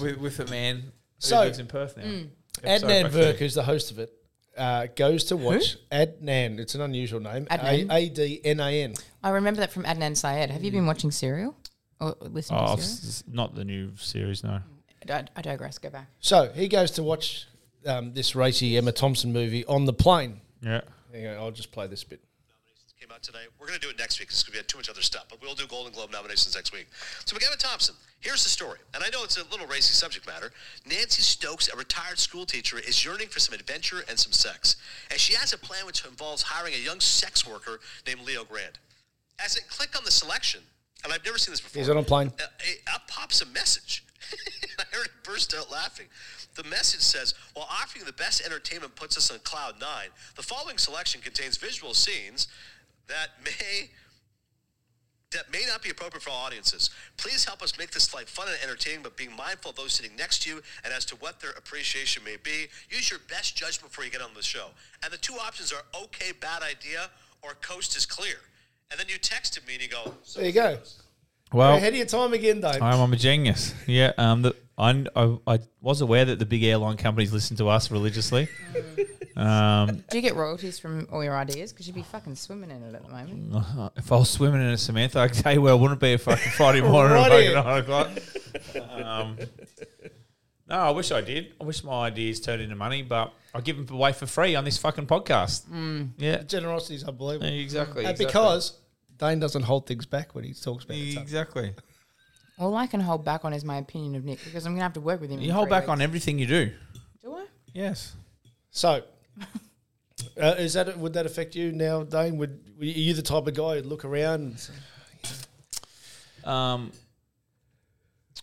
[SPEAKER 5] with, with a man
[SPEAKER 4] So-
[SPEAKER 5] who lives in Perth now.
[SPEAKER 4] Adnan
[SPEAKER 5] Episode
[SPEAKER 4] Virk,
[SPEAKER 5] 15.
[SPEAKER 4] who's the host of it, uh, goes to watch Adnan. It's an unusual name.
[SPEAKER 6] Adnan.
[SPEAKER 4] A D N A N.
[SPEAKER 6] I remember that from Adnan Syed. Have you been watching Serial? Or listening
[SPEAKER 5] Oh,
[SPEAKER 6] to Serial?
[SPEAKER 5] s- not the new series, no.
[SPEAKER 4] Mm.
[SPEAKER 6] I, I digress. Go back.
[SPEAKER 4] So he goes to watch um, this racy Emma Thompson movie on the plane.
[SPEAKER 5] Yeah.
[SPEAKER 4] Hang on, I'll just play this bit.
[SPEAKER 8] came out today. We're going to do it next week because we had too much other stuff, but we'll do Golden Globe nominations next week. So, McGavin Thompson, here's the story. And I know it's a little racy subject matter. Nancy Stokes, a retired school teacher, is yearning for some adventure and some sex. And she has a plan which involves hiring a young sex worker named Leo Grant. As I click on the selection, and I've never seen this before.
[SPEAKER 4] He's on a plane.
[SPEAKER 8] Uh, it- up pops a message. [laughs] I heard it burst out laughing. The message says, while offering the best entertainment puts us on cloud nine, the following selection contains visual scenes that may that may not be appropriate for all audiences. Please help us make this flight fun and entertaining, but being mindful of those sitting next to you and as to what their appreciation may be. Use your best judgment before you get on the show. And the two options are okay, bad idea, or coast is clear. And then you texted me and you go, so
[SPEAKER 4] There you go.
[SPEAKER 5] Well,
[SPEAKER 4] Ahead of your time again, Dave.
[SPEAKER 5] I'm, I'm a genius. Yeah. Um, the, I, I, I was aware that the big airline companies listen to
[SPEAKER 4] [laughs]
[SPEAKER 5] us religiously. Um,
[SPEAKER 6] Do you get royalties from all your ideas? Because you'd be fucking swimming in it at the moment.
[SPEAKER 5] if I was swimming in a Samantha, I could tell you where I wouldn't be if I could
[SPEAKER 4] [laughs]
[SPEAKER 5] Friday morning at
[SPEAKER 4] Righty.
[SPEAKER 5] fucking nine o'clock. Um, no, I wish I did. I wish my ideas turned into money, but I give them away for free on this fucking podcast.
[SPEAKER 4] Mm.
[SPEAKER 5] Yeah.
[SPEAKER 4] Generosity is unbelievable.
[SPEAKER 5] Yeah, Exactly.
[SPEAKER 4] And
[SPEAKER 5] exactly.
[SPEAKER 4] Uh, Because Dane doesn't hold things back when he talks about it. [laughs]
[SPEAKER 5] Exactly.
[SPEAKER 6] All I can hold back on is my opinion of Nick because I'm gonna have to work with him.
[SPEAKER 5] You hold back on everything you do.
[SPEAKER 6] Do I?
[SPEAKER 5] Yes.
[SPEAKER 4] So, uh, is that would that affect you now, Dane? Would are you the type of guy who'd look around? And say,
[SPEAKER 5] Um,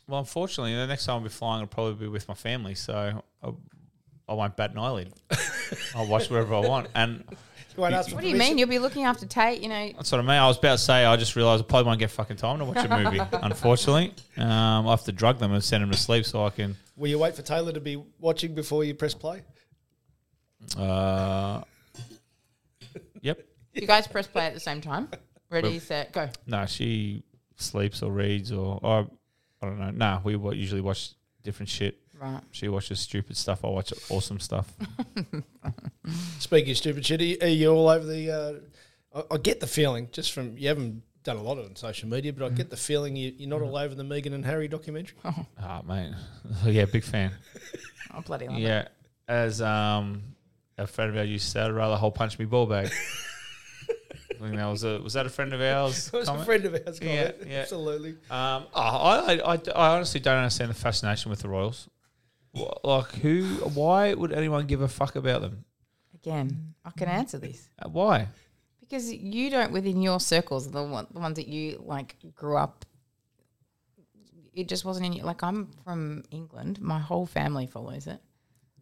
[SPEAKER 5] well, unfortunately, the next time I'll be flying, I'll probably be with my family, so I, I won't bat an eyelid. I'll watch wherever I want, and
[SPEAKER 4] you won't ask for
[SPEAKER 6] What do you
[SPEAKER 4] permission?"
[SPEAKER 6] mean? You'll be looking after Tate, you know.
[SPEAKER 5] that's what I mean. I was about to say, I just realised I probably won't get fucking time to watch a movie. unfortunately, um, I have to drug them and send them to sleep so I can.
[SPEAKER 4] Will you wait for Taylor to be watching before you press play?
[SPEAKER 5] Uh, yep.
[SPEAKER 6] You guys press play at the same time. Ready, set, go.
[SPEAKER 5] No, she sleeps or reads or, or I don't know. Nah, we wa- usually watch different shit.
[SPEAKER 6] Right.
[SPEAKER 5] She watches stupid stuff. I watch awesome stuff.
[SPEAKER 4] Speaking of stupid shit, are you, are you all over the? Uh, I, I get the feeling just from you haven't done a lot on social media, but I get the feeling you, you're not all over the Megan and Harry documentary.
[SPEAKER 5] Ah, mate. [laughs] yeah, big fan.
[SPEAKER 6] Oh bloody love it.
[SPEAKER 5] Yeah, as um, a friend of ours used to say, I'd rather hole punch me ball
[SPEAKER 6] [laughs]
[SPEAKER 5] bag. I think that was a was that a friend of
[SPEAKER 6] [laughs]
[SPEAKER 5] ours?
[SPEAKER 4] It was a
[SPEAKER 5] comment?
[SPEAKER 4] friend of ours, comment.
[SPEAKER 5] Yeah, yeah.
[SPEAKER 4] absolutely.
[SPEAKER 5] Um, oh, I, I, I, I honestly don't understand the fascination with the Royals. Wha- Like, who? Why would anyone give a fuck about them?
[SPEAKER 6] Again, I can answer this
[SPEAKER 5] Uh, Why?
[SPEAKER 6] because you don't within your circles the one, the ones that you like grew up. It just wasn't in you. Like I'm from England. My whole family follows it.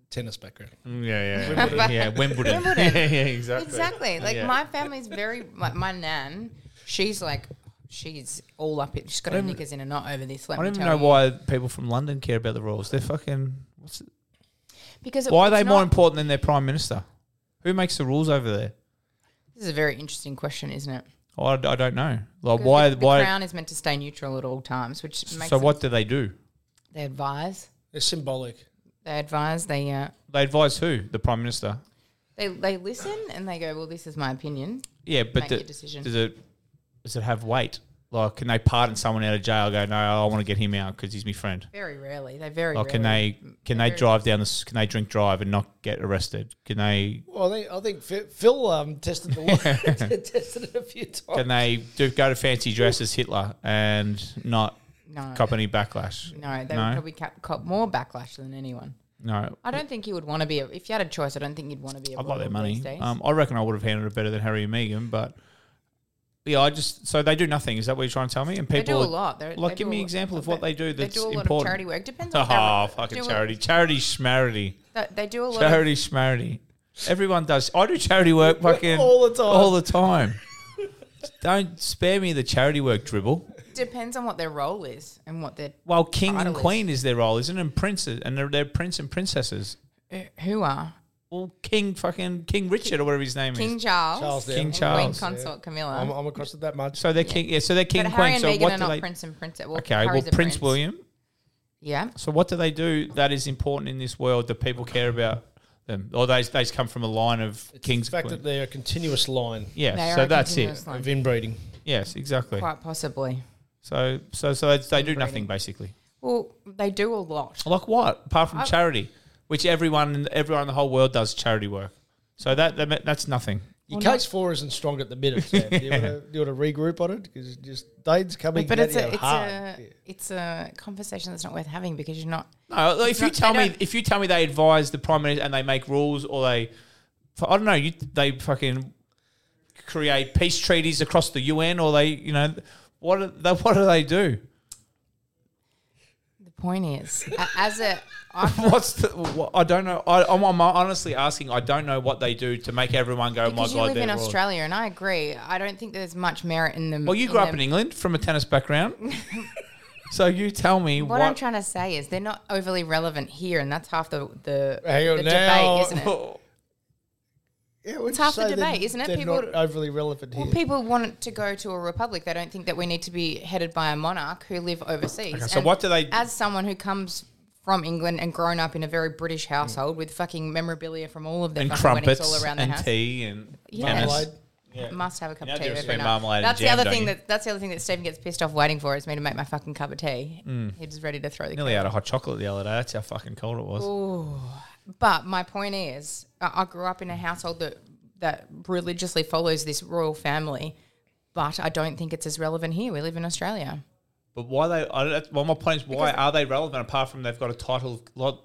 [SPEAKER 4] Tennis background.
[SPEAKER 5] Mm, Yeah, yeah, Wimbledon. yeah. Wimbledon. [laughs] yeah, yeah, exactly.
[SPEAKER 6] Exactly. Like
[SPEAKER 5] Yeah.
[SPEAKER 6] my family's very like my nan. She's like she's all up. It. She's got her knickers in a knot over this.
[SPEAKER 5] I
[SPEAKER 6] Let
[SPEAKER 5] don't
[SPEAKER 6] me
[SPEAKER 5] even
[SPEAKER 6] tell
[SPEAKER 5] know
[SPEAKER 6] you.
[SPEAKER 5] why people from London care about the Royals. They're fucking. What's it,
[SPEAKER 6] Because it-
[SPEAKER 5] why are they
[SPEAKER 6] it's
[SPEAKER 5] more
[SPEAKER 6] not-
[SPEAKER 5] important than their prime minister? Who makes the rules over there?
[SPEAKER 6] This is a very interesting question, isn't it?
[SPEAKER 5] Oh, I, I don't know. Like,
[SPEAKER 6] 'Cause
[SPEAKER 5] why?
[SPEAKER 6] The, the
[SPEAKER 5] why?
[SPEAKER 6] crown is meant to stay neutral at all times, which makes
[SPEAKER 5] So, what do they do?
[SPEAKER 6] they advise.
[SPEAKER 4] It's symbolic.
[SPEAKER 6] They advise. They uh,
[SPEAKER 5] They advise who? The prime minister.
[SPEAKER 6] they they listen and they go. Well, this is my opinion.
[SPEAKER 5] Yeah, but
[SPEAKER 6] Make
[SPEAKER 5] the-
[SPEAKER 6] your decision.
[SPEAKER 5] does it does it have weight? Like, can they pardon someone out of jail? Go, no, I want to get him out because he's my friend.
[SPEAKER 6] Very rarely. They very.
[SPEAKER 5] Or
[SPEAKER 6] rarely.
[SPEAKER 5] can they can they drive down this? Can they drink drive and not get arrested? Can they
[SPEAKER 4] Well, I think, I think Phi- Phil um, tested the water, [laughs] tested it a few times.
[SPEAKER 5] can they do go to fancy dress as Hitler and not
[SPEAKER 6] No.
[SPEAKER 5] cop any backlash?
[SPEAKER 6] No, they
[SPEAKER 5] No?
[SPEAKER 6] would probably cap, cop more backlash than anyone.
[SPEAKER 5] No,
[SPEAKER 6] I don't think you would want to be. A, if you had a choice, I don't think you'd want to be. A
[SPEAKER 5] I'd like their
[SPEAKER 6] royal
[SPEAKER 5] money.
[SPEAKER 6] These days.
[SPEAKER 5] Um, I reckon I would have handled it better than Harry and Megan, but yeah, I just so they do nothing. Is that what you're trying to tell me? And
[SPEAKER 6] they
[SPEAKER 5] people
[SPEAKER 6] do a
[SPEAKER 5] are-
[SPEAKER 6] lot. They're,
[SPEAKER 5] like,
[SPEAKER 6] they
[SPEAKER 5] give
[SPEAKER 6] do
[SPEAKER 5] me
[SPEAKER 6] a
[SPEAKER 5] an
[SPEAKER 6] lot-
[SPEAKER 5] example of what they do that's
[SPEAKER 6] do a lot
[SPEAKER 5] important.
[SPEAKER 6] of charity work. Depends on how
[SPEAKER 5] Oh,
[SPEAKER 6] much-
[SPEAKER 5] fucking
[SPEAKER 6] do a-
[SPEAKER 5] charity, charity
[SPEAKER 6] [laughs]
[SPEAKER 5] schmarity,
[SPEAKER 6] They, they do
[SPEAKER 5] [laughs]
[SPEAKER 6] a lot. of-
[SPEAKER 5] charity schmarity. Everyone does. I do charity
[SPEAKER 6] [laughs]
[SPEAKER 5] work, fucking
[SPEAKER 4] All the time.
[SPEAKER 5] all the time. Don't spare me the charity work dribble.
[SPEAKER 6] depends on what their role is and what their
[SPEAKER 5] Well, king
[SPEAKER 6] Title
[SPEAKER 5] and
[SPEAKER 6] is-
[SPEAKER 5] queen is their role, isn't it? And princes, and they're, they're prince and princesses.
[SPEAKER 6] who are
[SPEAKER 5] Well, king, fucking King Richard or whatever his name
[SPEAKER 6] King
[SPEAKER 5] is.
[SPEAKER 6] Charles,
[SPEAKER 4] Charles there.
[SPEAKER 5] King
[SPEAKER 6] and Queen
[SPEAKER 5] Charles.
[SPEAKER 6] Consort Camilla.
[SPEAKER 4] I'm, I'm across it that much.
[SPEAKER 5] So they're king. Yeah, so they're king
[SPEAKER 6] but
[SPEAKER 5] and
[SPEAKER 6] Harry
[SPEAKER 5] queen.
[SPEAKER 6] and
[SPEAKER 5] so
[SPEAKER 6] Megan
[SPEAKER 5] what
[SPEAKER 6] are
[SPEAKER 5] do
[SPEAKER 6] not
[SPEAKER 5] they?
[SPEAKER 6] Prince and Princess. Well,
[SPEAKER 5] Okay,
[SPEAKER 6] Harry's
[SPEAKER 5] well,
[SPEAKER 6] a
[SPEAKER 5] Prince, William.
[SPEAKER 6] Yeah,
[SPEAKER 5] So what do they do that is important in this world that people care about them, or they they come from a line of kings?
[SPEAKER 4] the fact
[SPEAKER 5] queen-
[SPEAKER 4] that they're a continuous line
[SPEAKER 6] They
[SPEAKER 5] yeah,
[SPEAKER 6] are
[SPEAKER 5] so
[SPEAKER 6] a
[SPEAKER 5] that's
[SPEAKER 6] continuous
[SPEAKER 5] it.
[SPEAKER 6] line.
[SPEAKER 4] of inbreeding.
[SPEAKER 5] Yes, exactly.
[SPEAKER 6] Quite possibly.
[SPEAKER 5] So so so they, they do nothing basically.
[SPEAKER 6] Well, they do a lot.
[SPEAKER 5] Like what? Apart
[SPEAKER 6] Oh.
[SPEAKER 5] from charity, which everyone everyone in the whole world does charity work. So that, that that's nothing.
[SPEAKER 4] Your coach four isn't strong at the minute. Sam. do, you
[SPEAKER 5] [laughs]
[SPEAKER 4] want to, do you want to regroup on it? Because just Dane's coming
[SPEAKER 6] But
[SPEAKER 4] at
[SPEAKER 6] it's
[SPEAKER 4] you
[SPEAKER 6] a it's
[SPEAKER 4] hard.
[SPEAKER 6] a it's a conversation that's not worth having because you're not.
[SPEAKER 5] No, like, if
[SPEAKER 6] It's
[SPEAKER 5] you
[SPEAKER 6] not-
[SPEAKER 5] tell
[SPEAKER 6] they
[SPEAKER 5] me
[SPEAKER 6] don't-
[SPEAKER 5] if you tell me they advise the prime minister and they make rules or they, I don't know, you they fucking create peace treaties across the UN or they, you know, what are they, what do they do? [laughs]
[SPEAKER 6] The point is,
[SPEAKER 4] [laughs]
[SPEAKER 6] a- as a I can-
[SPEAKER 5] What's the? What, I don't know. I, I'm, I'm honestly asking. I don't know what they do to make everyone go.
[SPEAKER 6] because
[SPEAKER 5] Oh my
[SPEAKER 6] you
[SPEAKER 5] God,
[SPEAKER 6] live
[SPEAKER 5] they're
[SPEAKER 6] in
[SPEAKER 5] royal."
[SPEAKER 6] Australia, and I agree. I don't think there's much merit in them.
[SPEAKER 5] Well, you grew up in England from a tennis background,
[SPEAKER 6] [laughs]
[SPEAKER 5] so you tell me
[SPEAKER 6] What,
[SPEAKER 5] what.
[SPEAKER 6] I'm trying to say is they're not overly relevant here, and that's half the the,
[SPEAKER 4] Hang on
[SPEAKER 6] the
[SPEAKER 4] now. [laughs]
[SPEAKER 5] [laughs]
[SPEAKER 6] debate, isn't it?
[SPEAKER 4] Yeah, I would
[SPEAKER 6] It's half the
[SPEAKER 4] say they're-
[SPEAKER 6] debate, isn't it?
[SPEAKER 4] They're
[SPEAKER 6] People-
[SPEAKER 4] not overly relevant
[SPEAKER 6] Well,
[SPEAKER 4] here.
[SPEAKER 6] people want to go to a republic. They don't think that we need to be headed by a monarch who live overseas.
[SPEAKER 5] Okay, so
[SPEAKER 6] And
[SPEAKER 5] what do they-
[SPEAKER 6] As someone who comes from England and grown up in a very British household with fucking memorabilia from all of their
[SPEAKER 5] Hmm. and
[SPEAKER 6] fucking
[SPEAKER 5] crumpets
[SPEAKER 6] weddings all around the
[SPEAKER 5] and
[SPEAKER 6] house,
[SPEAKER 5] tea and
[SPEAKER 6] Yeah.
[SPEAKER 5] tennis.
[SPEAKER 4] Marmalade.
[SPEAKER 6] must have a
[SPEAKER 5] You
[SPEAKER 6] cup
[SPEAKER 5] know
[SPEAKER 6] of
[SPEAKER 5] the
[SPEAKER 6] tea
[SPEAKER 5] difference
[SPEAKER 6] every
[SPEAKER 5] between
[SPEAKER 6] night.
[SPEAKER 5] marmalade and
[SPEAKER 6] that's
[SPEAKER 5] jam,
[SPEAKER 6] the other
[SPEAKER 5] don't
[SPEAKER 6] thing
[SPEAKER 5] you?
[SPEAKER 6] that that's the other thing that Stephen gets pissed off waiting for is me to make my fucking cup of tea. He's ready to throw the.
[SPEAKER 5] Hmm. Nearly out of hot chocolate the other day. That's how fucking cold it was.
[SPEAKER 6] But my point is, I I grew up in a household that that religiously follows this royal family, but I don't think it's as relevant here. We live in Australia.
[SPEAKER 5] But why they? I don't, that's- well, my point is, why are they relevant apart from they've got a title? Of, lot,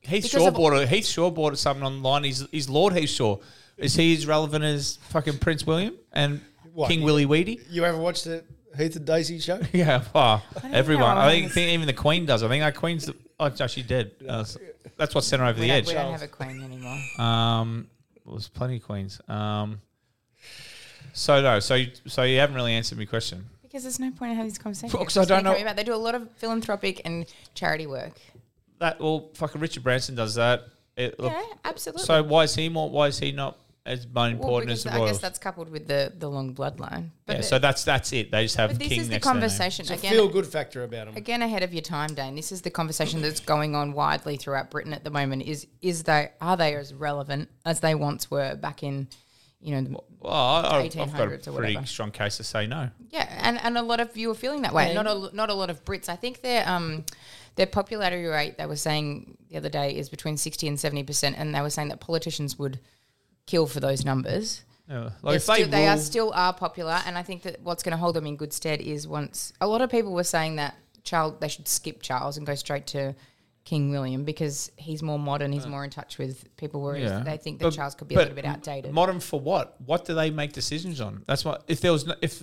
[SPEAKER 5] Heath
[SPEAKER 6] Because
[SPEAKER 5] Shaw
[SPEAKER 6] of-
[SPEAKER 5] bought a, Heath Shaw bought something online. He's, he's Lord Heath Shaw. Is he as relevant as fucking Prince William and
[SPEAKER 4] What?
[SPEAKER 5] King Willy Weedy? [laughs]
[SPEAKER 4] You ever watched the Heath and Daisy show?
[SPEAKER 5] Yeah, [laughs] wow. everyone.
[SPEAKER 6] know.
[SPEAKER 5] I think, think even the Queen does. I think our Queen's. Oh, no, she did. Uh, s- that's what sent her over
[SPEAKER 6] We
[SPEAKER 5] the
[SPEAKER 6] don't,
[SPEAKER 5] edge.
[SPEAKER 6] we don't have a queen anymore.
[SPEAKER 5] Um, well, there's plenty of Queens. Um, so no, so you, so you haven't really answered my question.
[SPEAKER 6] [laughs] Because there's no point in having these conversations.
[SPEAKER 5] Well, 'cause
[SPEAKER 6] It's
[SPEAKER 5] I don't
[SPEAKER 6] gonna come
[SPEAKER 5] know-
[SPEAKER 6] about- They do a lot of philanthropic and charity work.
[SPEAKER 5] That well, fucking Richard Branson does that. It,
[SPEAKER 6] Yeah, absolutely.
[SPEAKER 5] So why is he more? Why is he not as more important
[SPEAKER 6] well,
[SPEAKER 5] as
[SPEAKER 6] because
[SPEAKER 5] the
[SPEAKER 6] I guess
[SPEAKER 5] Royals?
[SPEAKER 6] that's coupled with the, the long bloodline. But
[SPEAKER 5] yeah, so that's that's it. They just have
[SPEAKER 6] but this
[SPEAKER 5] King
[SPEAKER 6] is the
[SPEAKER 5] next to their name.
[SPEAKER 6] conversation
[SPEAKER 4] It's a
[SPEAKER 6] again.
[SPEAKER 4] feel good factor about them.
[SPEAKER 6] Again, ahead of your time, Dane. This is the conversation that's going on widely throughout Britain at the moment. Is is they are they as relevant as they once were back in, you know,
[SPEAKER 5] Well, I, I've
[SPEAKER 6] It's
[SPEAKER 5] I've got a
[SPEAKER 6] 1800s or
[SPEAKER 5] pretty
[SPEAKER 6] whatever.
[SPEAKER 5] strong case to say no.
[SPEAKER 6] yeah, and, and a lot of you are feeling that way. Not a not a lot of Brits. I think their um their popularity rate they were saying the other day is between sixty and seventy percent, and they were saying that politicians would kill for those numbers.
[SPEAKER 5] Yeah,
[SPEAKER 6] They're
[SPEAKER 5] Uh, Like if
[SPEAKER 6] still-
[SPEAKER 5] they,
[SPEAKER 6] they, are
[SPEAKER 5] rule-
[SPEAKER 6] still are popular, and I think that what's going to hold them in good stead is once a lot of people were saying that Charles they should skip Charles and go straight to King William because he's more modern, he's more in touch with people, whereas
[SPEAKER 5] Yeah.
[SPEAKER 6] they think that
[SPEAKER 5] But-
[SPEAKER 6] Charles could be a
[SPEAKER 5] but
[SPEAKER 6] little bit outdated.
[SPEAKER 5] Modern for what? What do they make decisions on? That's what. If there was, no, if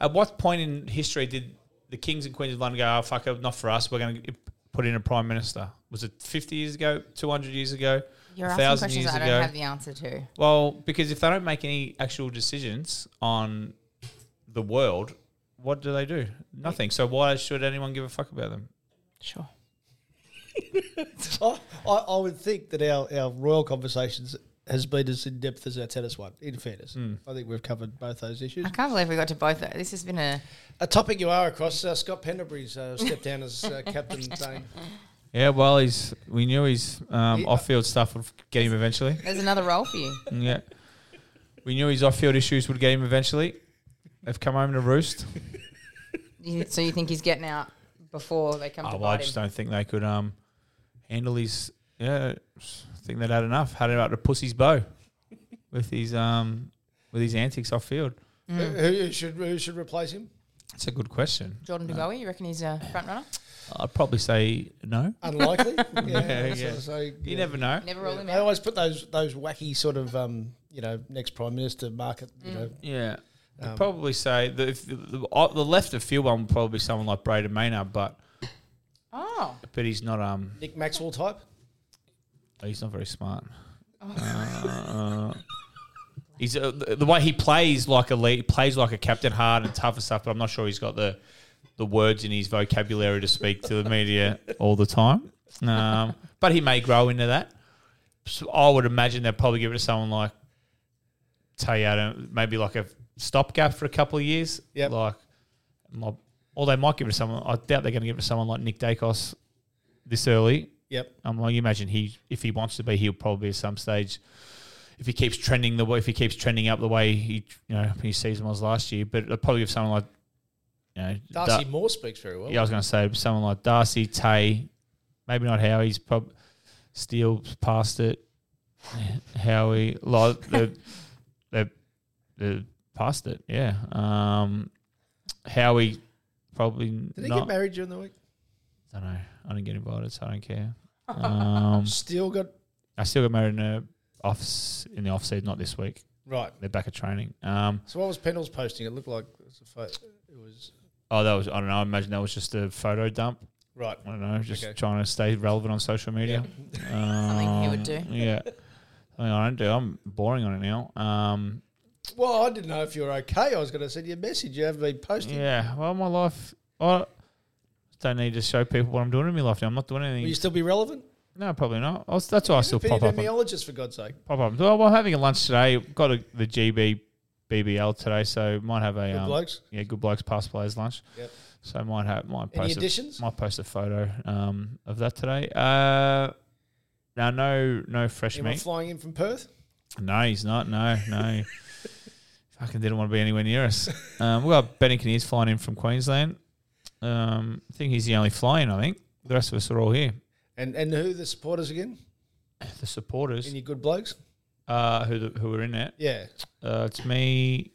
[SPEAKER 5] at what point in history did the kings and queens of London go, "Oh fuck it, not for us. We're going to put in a prime minister." Was it fifty years ago? Two hundred years ago?
[SPEAKER 6] You're
[SPEAKER 5] a
[SPEAKER 6] asking
[SPEAKER 5] thousand
[SPEAKER 6] questions
[SPEAKER 5] years
[SPEAKER 6] that I
[SPEAKER 5] ago?
[SPEAKER 6] don't have the answer to.
[SPEAKER 5] Well, because if they don't make any actual decisions on the world, what do they do? Nothing. So why should anyone give a fuck about them?
[SPEAKER 6] Sure.
[SPEAKER 4] I, I, I would think that our, our royal conversations has been as in depth as our tennis one. In fairness,
[SPEAKER 5] Hmm.
[SPEAKER 4] I think we've covered both those issues.
[SPEAKER 6] I can't believe we got to both. of- This has been a
[SPEAKER 4] A topic you are across. Uh, Scott Pendlebury's uh, stepped down as
[SPEAKER 6] [laughs]
[SPEAKER 4] uh, captain. Dane.
[SPEAKER 5] Yeah, well, he's we knew his um,
[SPEAKER 4] He-
[SPEAKER 5] off-field stuff would get him eventually.
[SPEAKER 6] there's another role for you.
[SPEAKER 5] Yeah. We knew his off field issues would get him eventually. They've come home to roost.
[SPEAKER 6] you. So you think he's getting out before they come to
[SPEAKER 5] Oh, well, I
[SPEAKER 6] bite
[SPEAKER 5] just
[SPEAKER 6] him?
[SPEAKER 5] don't think they could um, handle his. Yeah, I think they'd had enough. Had him up to pussy's bow with his um, with his antics off field.
[SPEAKER 6] Hmm.
[SPEAKER 4] Who, who should who should replace him?
[SPEAKER 5] That's a good question.
[SPEAKER 6] Jordan Dugowie, you reckon he's a front runner?
[SPEAKER 5] I'd probably say no.
[SPEAKER 6] [laughs]
[SPEAKER 4] Unlikely. yeah, that's
[SPEAKER 5] yeah.
[SPEAKER 4] what I say.
[SPEAKER 5] You
[SPEAKER 4] Yeah.
[SPEAKER 5] never know.
[SPEAKER 6] Never roll him
[SPEAKER 4] They
[SPEAKER 6] out.
[SPEAKER 4] always put those those wacky sort of um, you know next prime minister market. You
[SPEAKER 6] Hmm.
[SPEAKER 4] know,
[SPEAKER 5] Yeah. I'd probably say the, if the, the, uh, the left of field one would probably be someone like Braden Maynard, but
[SPEAKER 6] Oh,
[SPEAKER 5] but he's not um
[SPEAKER 4] Nick Maxwell type.
[SPEAKER 5] Oh, He's not very smart. Uh, he's uh, the, the way he plays like a lead, plays like a captain hard and tough and stuff. But I'm not sure he's got the the words in his vocabulary to speak to the media all the time. Um, but he may grow into that. So I would imagine they'll probably give it to someone like Tayada, maybe like a stopgap for a couple of years.
[SPEAKER 4] Yep.
[SPEAKER 5] Like, my- or they might give it to someone. I doubt they're going to give it to someone like Nick Dacos this early.
[SPEAKER 4] Yep.
[SPEAKER 5] I'm like, you imagine he, if he wants to be, he'll probably at some stage, if he keeps trending the way, if he keeps trending up the way he, you know, his season was last year. But it'll probably if someone like, you know,
[SPEAKER 4] Darcy
[SPEAKER 5] Dar-
[SPEAKER 4] Moore speaks very well.
[SPEAKER 5] yeah, I was going to say someone like Darcy Tay, maybe not Howie's, probably [laughs]
[SPEAKER 4] [laughs]
[SPEAKER 5] still past it. Howie, like the, the uh, past it. Yeah. Um, Howie probably
[SPEAKER 4] Did he
[SPEAKER 5] not.
[SPEAKER 4] get married during the week?
[SPEAKER 5] I don't know. I didn't get invited, so I
[SPEAKER 4] [laughs]
[SPEAKER 5] don't care. Um,
[SPEAKER 4] Still got
[SPEAKER 5] I still got married in the off in the off season, not this week.
[SPEAKER 4] right.
[SPEAKER 5] They're back at training. Um,
[SPEAKER 4] So what was Pendle's posting? It looked like it was. A photo. It was
[SPEAKER 5] oh, that was I don't know. I imagine that was just a photo dump.
[SPEAKER 4] right.
[SPEAKER 5] I don't know, just
[SPEAKER 4] Okay.
[SPEAKER 5] trying to stay relevant on social media.
[SPEAKER 6] Something he would
[SPEAKER 5] Um,
[SPEAKER 6] do.
[SPEAKER 5] [laughs] Yeah. I mean, I don't do. I'm boring on it now. Um,
[SPEAKER 4] Well, I didn't know if you were okay. I was going to send you a message. You haven't been posting.
[SPEAKER 5] yeah. Well, my life. I don't need to show people what I'm doing in my life now. I'm not doing anything.
[SPEAKER 4] Will you still be relevant?
[SPEAKER 5] no, probably not. I was, that's why I still pop up. On,
[SPEAKER 4] Epidemiologist, for God's sake.
[SPEAKER 5] pop up. Well, I'm having a lunch today. Got a, the GB BBL today, so might have a
[SPEAKER 4] Good
[SPEAKER 5] um,
[SPEAKER 4] blokes.
[SPEAKER 5] Yeah, good blokes past players lunch.
[SPEAKER 4] Yep.
[SPEAKER 5] So might have might
[SPEAKER 4] Any
[SPEAKER 5] post
[SPEAKER 4] additions?
[SPEAKER 5] A, might post a photo um, of that today. Uh, now no no fresh
[SPEAKER 4] Anyone
[SPEAKER 5] meat.
[SPEAKER 4] flying in from Perth?
[SPEAKER 5] No, he's not. No, no. [laughs] Fucking didn't want to be anywhere near us. Um, we got Ben Kinnear's flying in from Queensland. Um, I think he's the only flying. I think the rest of us are all here.
[SPEAKER 4] And and who the supporters again?
[SPEAKER 5] The supporters
[SPEAKER 4] Any good blokes?
[SPEAKER 5] uh, who the, who are in it.
[SPEAKER 4] Yeah.
[SPEAKER 5] Uh, it's me,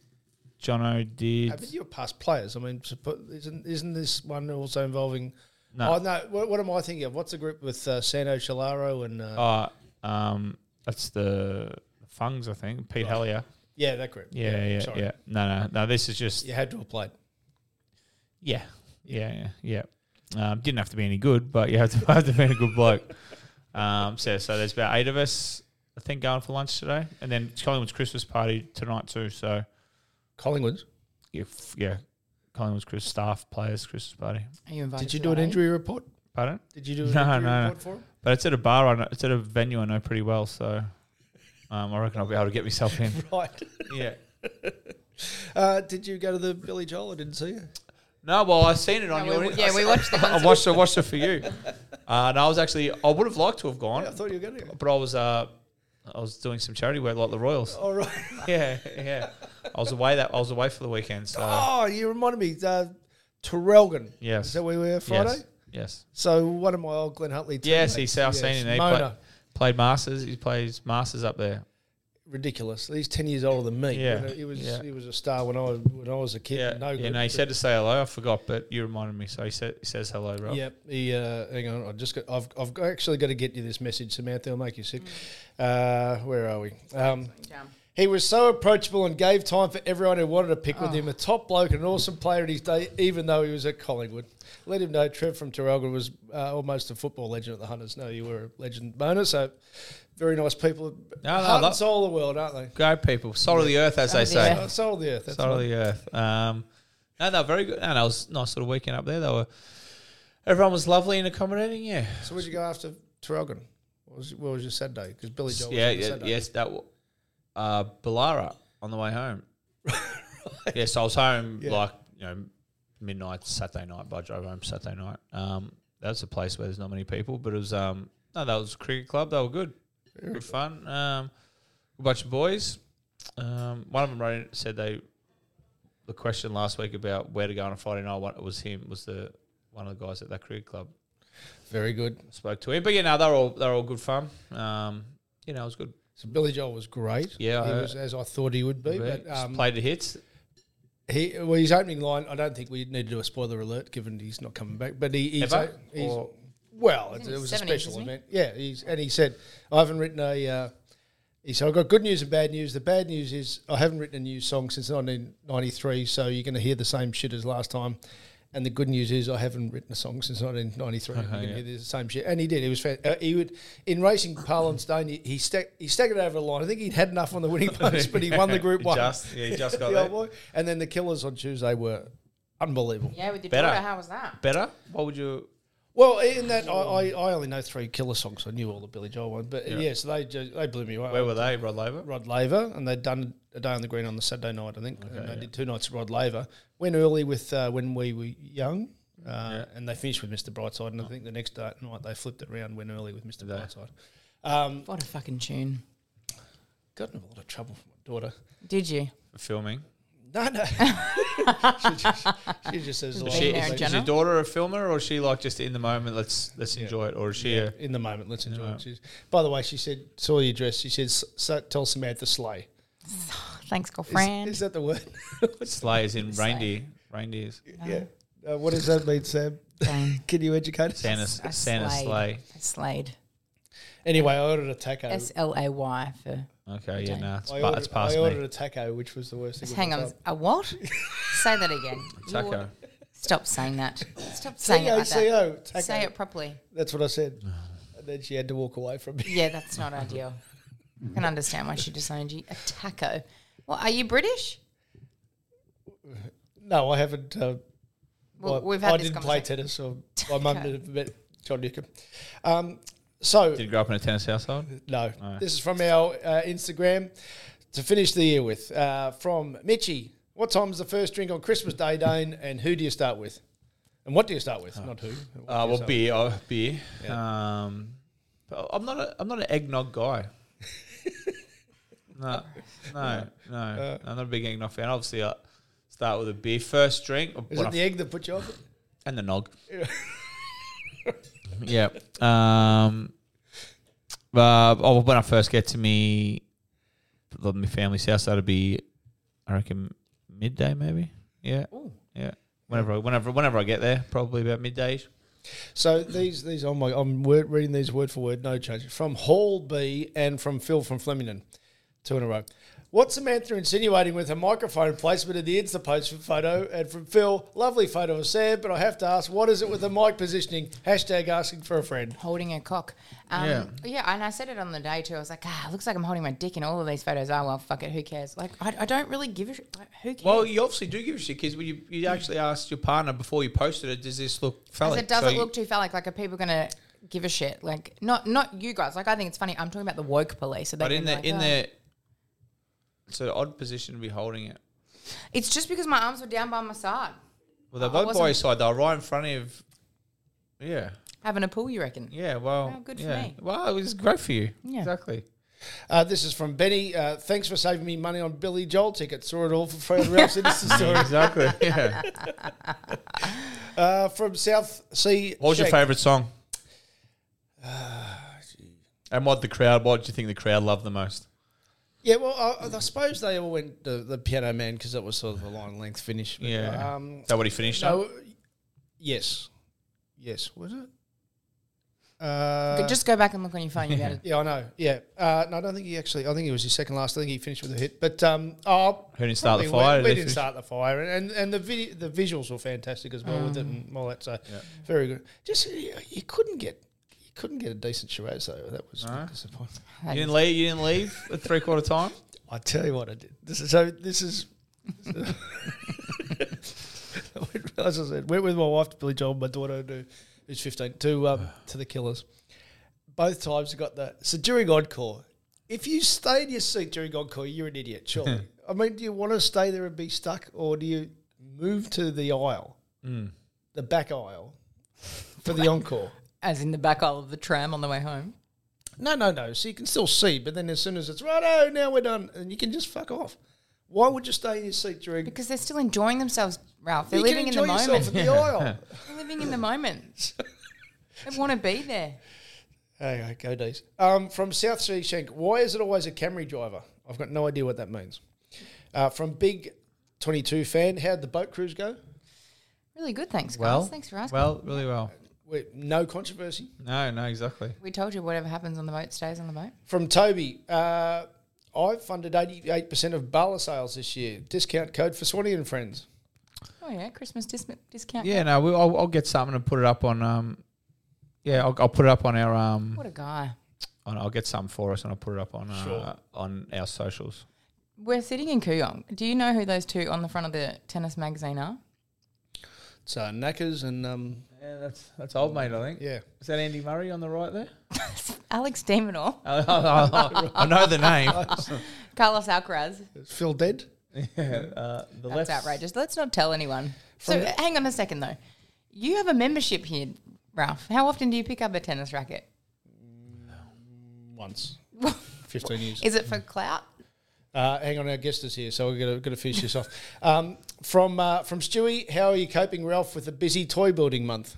[SPEAKER 5] Jono
[SPEAKER 4] I mean,
[SPEAKER 5] did.
[SPEAKER 4] you're past players. I mean, suppo- isn't isn't this one also involving?
[SPEAKER 5] No.
[SPEAKER 4] Oh no. What, what am I thinking of? What's the group with uh, Sano Shalaro and? Uh,
[SPEAKER 5] Uh, um, that's the Fungs, I think. Pete Hellier.
[SPEAKER 4] yeah, that group.
[SPEAKER 5] Yeah, yeah, yeah,
[SPEAKER 4] sorry.
[SPEAKER 5] No, no, no. This is just
[SPEAKER 4] You had to have played.
[SPEAKER 5] Yeah, yeah, yeah. yeah. Um, didn't have to be any good, but you have to [laughs] have to be a good bloke. Um, so, so there's about eight of us, I think, going for lunch today, and then it's Collingwood's Christmas party tonight too. So,
[SPEAKER 4] Collingwood's.
[SPEAKER 5] if yeah, Collingwood's Chris staff players Christmas party.
[SPEAKER 6] Are you invited?
[SPEAKER 4] Did you
[SPEAKER 6] to
[SPEAKER 4] do an
[SPEAKER 6] that, eh?
[SPEAKER 4] injury report?
[SPEAKER 5] Pardon?
[SPEAKER 4] Did you do an
[SPEAKER 5] No,
[SPEAKER 4] injury
[SPEAKER 5] no, no.
[SPEAKER 4] report for him?
[SPEAKER 5] But it's at a bar. I know, it's at a venue I know pretty well, so um, I reckon I'll be able to get myself in.
[SPEAKER 4] Right. [laughs]
[SPEAKER 5] yeah.
[SPEAKER 4] Uh, did you go to the Billy Joel? I didn't see you.
[SPEAKER 5] No, well, I've seen it on
[SPEAKER 6] No,
[SPEAKER 5] your.
[SPEAKER 6] we- yeah,
[SPEAKER 4] [laughs]
[SPEAKER 5] [laughs]
[SPEAKER 6] we watched that.
[SPEAKER 5] I watched. I watched it for you. Uh, and I was actually. I would have liked to have gone.
[SPEAKER 4] I thought you were going to go.
[SPEAKER 5] but I was uh, I was doing some charity work like the Royals.
[SPEAKER 4] All Oh, right. [laughs]
[SPEAKER 5] Yeah, yeah. I was away that I was away for the weekend. So
[SPEAKER 4] Oh, you reminded me. Uh, Terrelgan.
[SPEAKER 5] Yes.
[SPEAKER 4] Is that where we were Friday?
[SPEAKER 5] Yes.
[SPEAKER 4] So one of my old Glenn Huntley.
[SPEAKER 5] Yes, he's
[SPEAKER 4] teammates,
[SPEAKER 5] South
[SPEAKER 4] yes,
[SPEAKER 5] Senior. He play,
[SPEAKER 4] Mona.
[SPEAKER 5] played Masters. He plays Masters up there.
[SPEAKER 4] Ridiculous. He's ten years older than me.
[SPEAKER 5] Yeah,
[SPEAKER 4] He was
[SPEAKER 5] yeah.
[SPEAKER 4] he was a star when I was when I was a kid.
[SPEAKER 5] Yeah.
[SPEAKER 4] No
[SPEAKER 5] yeah.
[SPEAKER 4] good.
[SPEAKER 5] No, he said to say hello. I forgot, but you reminded me. So he said he says hello, Rob.
[SPEAKER 4] Yep. He, uh, hang on. I just got, I've I've got- actually got to get you this message, Samantha. I'll make you sick.
[SPEAKER 5] Mm.
[SPEAKER 4] Uh, where are we? Um, he was so approachable and gave time for everyone who wanted a pick
[SPEAKER 5] Oh.
[SPEAKER 4] with him. A top bloke and an awesome player in his day, even though he was at Collingwood. Let him know Trev from Terrelgan was uh, almost a football legend at the Hunters. No, you were a legend, Mona. So very nice people.
[SPEAKER 5] No, no,
[SPEAKER 4] Heart
[SPEAKER 5] lo-
[SPEAKER 4] and soul of the world, aren't they?
[SPEAKER 5] Go people. Soul of the earth, as they
[SPEAKER 6] of the
[SPEAKER 5] say.
[SPEAKER 6] earth.
[SPEAKER 4] Uh, soul of the earth. That's
[SPEAKER 5] Soul
[SPEAKER 4] right.
[SPEAKER 5] of the earth. Um, no, they were very good. And no, it was a nice little weekend up there. They were. Everyone was lovely and accommodating. Yeah.
[SPEAKER 4] So where'd you go after Terrelgan? What was, what was your Saturday? Because Billy Joel. was
[SPEAKER 5] yeah,
[SPEAKER 4] on the
[SPEAKER 5] yeah,
[SPEAKER 4] Saturday.
[SPEAKER 5] yes, that. w- Uh, Ballara on the way home. Yes, I was home like you know midnight Saturday night. But I drove home Saturday night. Um, that's a place where there's not many people, but it was um no, that was a cricket club. They were good, good fun. Um, a bunch of boys. Um, one of them wrote, said they the question last week about where to go on a Friday night. What it was him was the one of the guys at that cricket club
[SPEAKER 4] Very good.
[SPEAKER 5] spoke to him. But you know they're all they're all good fun. Um, you know it was good.
[SPEAKER 4] So Billy Joel was great.
[SPEAKER 5] Yeah,
[SPEAKER 4] he
[SPEAKER 5] I-
[SPEAKER 4] was as I thought he would be. But
[SPEAKER 5] Just
[SPEAKER 4] um,
[SPEAKER 5] played the hits.
[SPEAKER 4] he well, his opening line. I don't think we need to do a spoiler alert, given he's not coming back. But he, he's,
[SPEAKER 5] Ever?
[SPEAKER 4] he's- [laughs]
[SPEAKER 5] Or-
[SPEAKER 4] well, it,
[SPEAKER 6] in
[SPEAKER 4] it was
[SPEAKER 6] his
[SPEAKER 4] a
[SPEAKER 6] 70s,
[SPEAKER 4] special
[SPEAKER 6] isn't he?
[SPEAKER 4] event. Yeah, he's and he said, I haven't written a. Uh, he said, I've got good news and bad news. The bad news is I haven't written a new song since 1993, so you're going to hear the same shit as last time. And the good news is I haven't written a song since 1993.
[SPEAKER 5] Uh-huh,
[SPEAKER 4] and you're going to hear the same shit. And he did. He was fan- uh, he would in racing parlance, Dane. He he, stag- he staggered over the line. I think he'd had enough on the
[SPEAKER 5] [laughs]
[SPEAKER 4] winning post, but he won the group
[SPEAKER 5] He
[SPEAKER 4] one.
[SPEAKER 5] Just,
[SPEAKER 4] [laughs]
[SPEAKER 5] yeah, he just got
[SPEAKER 4] The old
[SPEAKER 5] that.
[SPEAKER 4] boy. And then the killers on Tuesday were unbelievable.
[SPEAKER 6] Yeah, with your
[SPEAKER 5] Better.
[SPEAKER 6] daughter. How was that?
[SPEAKER 5] Better? What would you?
[SPEAKER 4] Well, in that I, I, I only know three killer songs. I knew all the Billy Joel ones, but yes, they ju- they blew me away.
[SPEAKER 5] Where were they? Rod Laver?
[SPEAKER 4] Rod Laver, and they'd done a day on the green on the Saturday night, I think. and they did two nights at Rod Laver. Went early with uh, when we were young, uh, and they finished with Mr. Brightside.
[SPEAKER 5] Oh.
[SPEAKER 4] And I think the next day, night they flipped it around, went early with Mr. Brightside. Um,
[SPEAKER 6] What a fucking tune.
[SPEAKER 4] got in a lot of trouble for my daughter.
[SPEAKER 6] Did you?
[SPEAKER 5] Filming.
[SPEAKER 4] No,
[SPEAKER 5] [laughs]
[SPEAKER 4] no. [laughs] she, just, she just says,
[SPEAKER 5] Is
[SPEAKER 4] "Look,
[SPEAKER 5] she,
[SPEAKER 6] there
[SPEAKER 5] is,
[SPEAKER 6] in
[SPEAKER 5] is
[SPEAKER 6] general?
[SPEAKER 5] your daughter a filmer, or is she like just in the moment? Let's let's enjoy it, or is she? A,
[SPEAKER 4] in the moment. Let's enjoy it. She's, by the way, she said, saw your dress. She said, S- so, tell Samantha Slay.
[SPEAKER 6] Thanks, girlfriend.
[SPEAKER 4] Is that the word? [laughs]
[SPEAKER 5] Sleigh is in reindeer. Reindeers.
[SPEAKER 4] yeah. Uh, what does that mean, Sam?
[SPEAKER 6] Dang.
[SPEAKER 4] [laughs] Can you educate us?
[SPEAKER 5] Santa,
[SPEAKER 6] I
[SPEAKER 5] Santa
[SPEAKER 6] slayed.
[SPEAKER 5] sleigh.
[SPEAKER 6] I slayed.
[SPEAKER 4] Anyway, I ordered a taco.
[SPEAKER 6] S L A Y for.
[SPEAKER 5] Okay, yeah, no, nah, it's,
[SPEAKER 4] I
[SPEAKER 5] pa-
[SPEAKER 4] ordered,
[SPEAKER 5] it's past
[SPEAKER 4] I ordered
[SPEAKER 5] me.
[SPEAKER 4] a taco, which was the worst thing. of
[SPEAKER 6] Hang
[SPEAKER 4] all
[SPEAKER 6] on.
[SPEAKER 4] time. [laughs]
[SPEAKER 6] A what? Say that again.
[SPEAKER 5] Taco.
[SPEAKER 6] Lord, Stop
[SPEAKER 4] [laughs]
[SPEAKER 6] saying that. Stop saying it like that.
[SPEAKER 4] T-A-C-O, taco.
[SPEAKER 6] Say it properly.
[SPEAKER 4] That's what I
[SPEAKER 5] [sighs]
[SPEAKER 4] said. And then she had to walk away from me. [laughs]
[SPEAKER 6] Yeah, that's not ideal. I can understand why she disowned you. A taco. Well, are you British?
[SPEAKER 4] No, I haven't. Uh,
[SPEAKER 6] Well,
[SPEAKER 4] I-
[SPEAKER 6] we've had
[SPEAKER 4] I
[SPEAKER 6] this
[SPEAKER 4] didn't play
[SPEAKER 6] conversation.
[SPEAKER 4] tennis, or
[SPEAKER 6] [laughs]
[SPEAKER 4] my mum never met John Newcomb. Um, so
[SPEAKER 5] Did you grow up in a tennis household?
[SPEAKER 4] No. This is from our uh, Instagram to finish the year with. Uh, from Mitchy. What time is the first drink on Christmas Day, Dane? And who do you start with? And what do you start with? Not who. What do
[SPEAKER 5] Uh,
[SPEAKER 4] you
[SPEAKER 5] well,
[SPEAKER 4] start
[SPEAKER 5] beer, oh, beer. Um, but I'm not. A, I'm not an eggnog guy. no, no, no.
[SPEAKER 4] Uh,
[SPEAKER 5] I'm not a big eggnog fan. Obviously, I start with a beer first drink.
[SPEAKER 4] with? Is
[SPEAKER 5] when I
[SPEAKER 4] it the egg that put you off?
[SPEAKER 5] and
[SPEAKER 4] [laughs]
[SPEAKER 5] the nog. yeah. Um. Uh, oh, when I first get to me, the- my family's house, that'd be, I reckon, midday maybe. Yeah. Yeah. Whenever, I, whenever, whenever I get there, probably about midday.
[SPEAKER 4] So these these oh my I'm word, reading these word for word, no change. From Hall B and from Phil from Flemington, two in a row. What's Samantha insinuating with her microphone placement in the Insta post for photo and from Phil? Lovely photo of Sam, but I have to ask, what is it with the mic positioning? Hashtag asking for a friend.
[SPEAKER 6] Holding a cock. Um, yeah. and I said it on the day too. I was like, ah, looks like I'm holding my dick in all of these photos. Oh, well, fuck it. Who cares? Like, I, I don't really give a shit. Like, who cares?
[SPEAKER 5] Well, you obviously do give a shit because when you, you actually asked your partner before you posted it, does this look
[SPEAKER 6] Because
[SPEAKER 5] phallic?
[SPEAKER 6] it doesn't
[SPEAKER 5] So you-
[SPEAKER 6] look too phallic. Like, are people going to give a shit? Like, not not you guys. Like, I think it's funny. I'm talking about the woke police. So they
[SPEAKER 5] But in the
[SPEAKER 6] like,
[SPEAKER 5] in
[SPEAKER 6] "Oh."
[SPEAKER 5] the, it's an odd position to be holding it.
[SPEAKER 6] It's just because my arms were down by my side.
[SPEAKER 5] Well, they're
[SPEAKER 6] Oh,
[SPEAKER 5] both
[SPEAKER 6] I
[SPEAKER 5] by
[SPEAKER 6] wasn't-
[SPEAKER 5] your side. They're right in front of. Yeah.
[SPEAKER 6] Having a pool, you reckon?
[SPEAKER 5] Yeah, well,
[SPEAKER 6] Oh, good for
[SPEAKER 5] yeah.
[SPEAKER 6] me.
[SPEAKER 5] Well, it was great for you.
[SPEAKER 6] Yeah.
[SPEAKER 5] Exactly.
[SPEAKER 4] Uh, this is from Benny. Uh, thanks for saving me money on Billy Joel tickets. Saw it all for Fred Ralph's
[SPEAKER 5] [laughs]
[SPEAKER 4] Insta story.
[SPEAKER 6] [laughs]
[SPEAKER 5] exactly. Yeah.
[SPEAKER 4] Uh, from South Sea.
[SPEAKER 5] What was your
[SPEAKER 4] Shack.
[SPEAKER 5] favourite song? [sighs] and what the crowd? What do you think the crowd loved the most?
[SPEAKER 4] Yeah, well, I, I suppose they all went the, the Piano Man because that was sort of a line length finish. But,
[SPEAKER 5] Yeah.
[SPEAKER 4] Um,
[SPEAKER 5] Is that what he finished on?
[SPEAKER 4] No. Yes. Yes. Was it? Uh,
[SPEAKER 6] just go back and look on your
[SPEAKER 5] [laughs]
[SPEAKER 6] phone. You got it.
[SPEAKER 4] yeah, I know. Yeah. Uh, no, I don't think he actually. I think it was his second last. I think he finished with a hit. But um, oh,
[SPEAKER 5] Who didn't start the
[SPEAKER 4] probably
[SPEAKER 5] fire?
[SPEAKER 4] We,
[SPEAKER 5] Did
[SPEAKER 4] we
[SPEAKER 5] he
[SPEAKER 4] didn't
[SPEAKER 5] finish-
[SPEAKER 4] start the fire, and and, and the vid- the visuals were fantastic as well with it
[SPEAKER 5] Mm.
[SPEAKER 4] and all that. So very good. Just you, you couldn't get you couldn't get a decent Shiraz though. That was disappointing.
[SPEAKER 5] You didn't leave. You didn't leave at three quarter time.
[SPEAKER 4] I tell you what, I did. This is so. This is. [laughs] As I said, went with my wife to Billy Joel, my daughter who- who's fifteen, to um, to the Killers. Both times I got the so during encore. If you stay in your seat during encore, you're an idiot, surely. I mean, do you want to stay there and be stuck, or do you move to the aisle, the back aisle, for the encore?
[SPEAKER 6] As in the back aisle of the tram on the way home.
[SPEAKER 4] No, no, no. So you can still see, but then as soon as it's right, oh, now we're done, and you can just fuck off. Why would you stay in your seat during?
[SPEAKER 6] Because they're still enjoying themselves, Ralph. They're
[SPEAKER 4] you
[SPEAKER 6] living in
[SPEAKER 4] can
[SPEAKER 6] [laughs] the
[SPEAKER 4] enjoy yourself
[SPEAKER 6] moment.
[SPEAKER 4] in the
[SPEAKER 5] [laughs]
[SPEAKER 4] aisle.
[SPEAKER 6] They're living in the moment. they want to be there.
[SPEAKER 4] Okay, go D's. Um, from South Sea Shank, why is it always a Camry driver? I've got no idea what that means. Uh, from Big Twenty Two fan, how'd the boat cruise go?
[SPEAKER 6] Really good. Thanks, guys. Thanks for asking.
[SPEAKER 5] well, really well.
[SPEAKER 4] We, no controversy.
[SPEAKER 5] No, no, exactly.
[SPEAKER 6] we told you whatever happens on the boat stays on the boat.
[SPEAKER 4] From Toby, uh, I funded eighty eight percent of Bala sales this year. Discount code for Swanee and friends.
[SPEAKER 6] Oh yeah, Christmas dis- discount.
[SPEAKER 5] Yeah, no, we, I'll, I'll get something and put it up on. Um, yeah, I'll, I'll put it up on our. Um,
[SPEAKER 6] What a guy.
[SPEAKER 5] on, I'll get some for us and I'll put it up on uh, on our socials.
[SPEAKER 6] We're sitting in Kuyong. Do you know who those two on the front of the tennis magazine are?
[SPEAKER 4] So knackers and um,
[SPEAKER 5] Yeah, that's that's old mate. I think.
[SPEAKER 4] yeah.
[SPEAKER 5] Is that Andy Murray on the right there?
[SPEAKER 6] Alex Demonor,
[SPEAKER 5] [laughs] Uh, I know the [laughs] name.
[SPEAKER 6] Carlos Alcaraz.
[SPEAKER 4] Phil dead.
[SPEAKER 5] Uh, the
[SPEAKER 6] That's outrageous. Let's not tell anyone. So uh, hang on a second though. You have a membership here, Ralph. How often do you pick up a tennis racket?
[SPEAKER 5] [laughs]
[SPEAKER 4] once. 15 years.
[SPEAKER 6] Is it for clout?
[SPEAKER 4] Uh, hang on, our guest is here, so we're going to, going to finish this off. Um, from uh, from Stewie, how are you coping, Ralph, with the busy toy building month?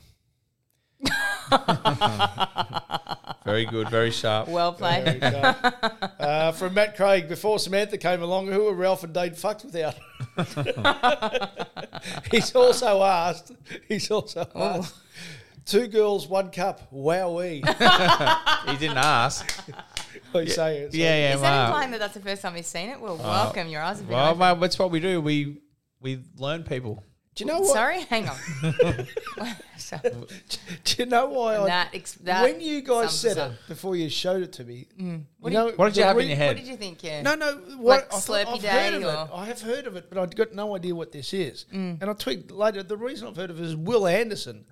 [SPEAKER 5] Very good, very sharp. [laughs]
[SPEAKER 6] Well played.
[SPEAKER 4] uh, Uh, from Matt Craig, before Samantha came along, who were Ralph and Dade fucked
[SPEAKER 5] [laughs]
[SPEAKER 4] without? he's also asked. He's also
[SPEAKER 5] Oh.
[SPEAKER 4] asked. Two girls, one cup.
[SPEAKER 5] [laughs]
[SPEAKER 4] Wowee.
[SPEAKER 5] He didn't [laughs] ask.
[SPEAKER 4] I say it. So
[SPEAKER 5] Yeah, yeah,
[SPEAKER 6] Is
[SPEAKER 4] uh,
[SPEAKER 6] that
[SPEAKER 5] wow.
[SPEAKER 6] implying that that's the first time he's seen it? Well, welcome. Your eyes have been
[SPEAKER 5] Well,
[SPEAKER 6] opened.
[SPEAKER 5] mate, that's what we do. We we learn people.
[SPEAKER 4] Do you know what?
[SPEAKER 6] Sorry,
[SPEAKER 4] [laughs]
[SPEAKER 6] hang on. So,
[SPEAKER 4] Do you know why I?
[SPEAKER 6] that ex- that
[SPEAKER 4] when you guys
[SPEAKER 6] sums us
[SPEAKER 4] said it
[SPEAKER 6] up.
[SPEAKER 4] before you showed it to me, you know,
[SPEAKER 5] Mm. What did you
[SPEAKER 4] the
[SPEAKER 5] have
[SPEAKER 4] re-
[SPEAKER 5] in your head?
[SPEAKER 6] What did you think? Yeah.
[SPEAKER 4] No, no. What,
[SPEAKER 6] Like
[SPEAKER 4] I
[SPEAKER 6] Slurpee
[SPEAKER 4] I've heard
[SPEAKER 6] Day
[SPEAKER 4] of
[SPEAKER 6] or- Mm.
[SPEAKER 4] it. I have heard of it, but I've got no idea what this is. And I twigged later. The reason I've heard of it is Will Anderson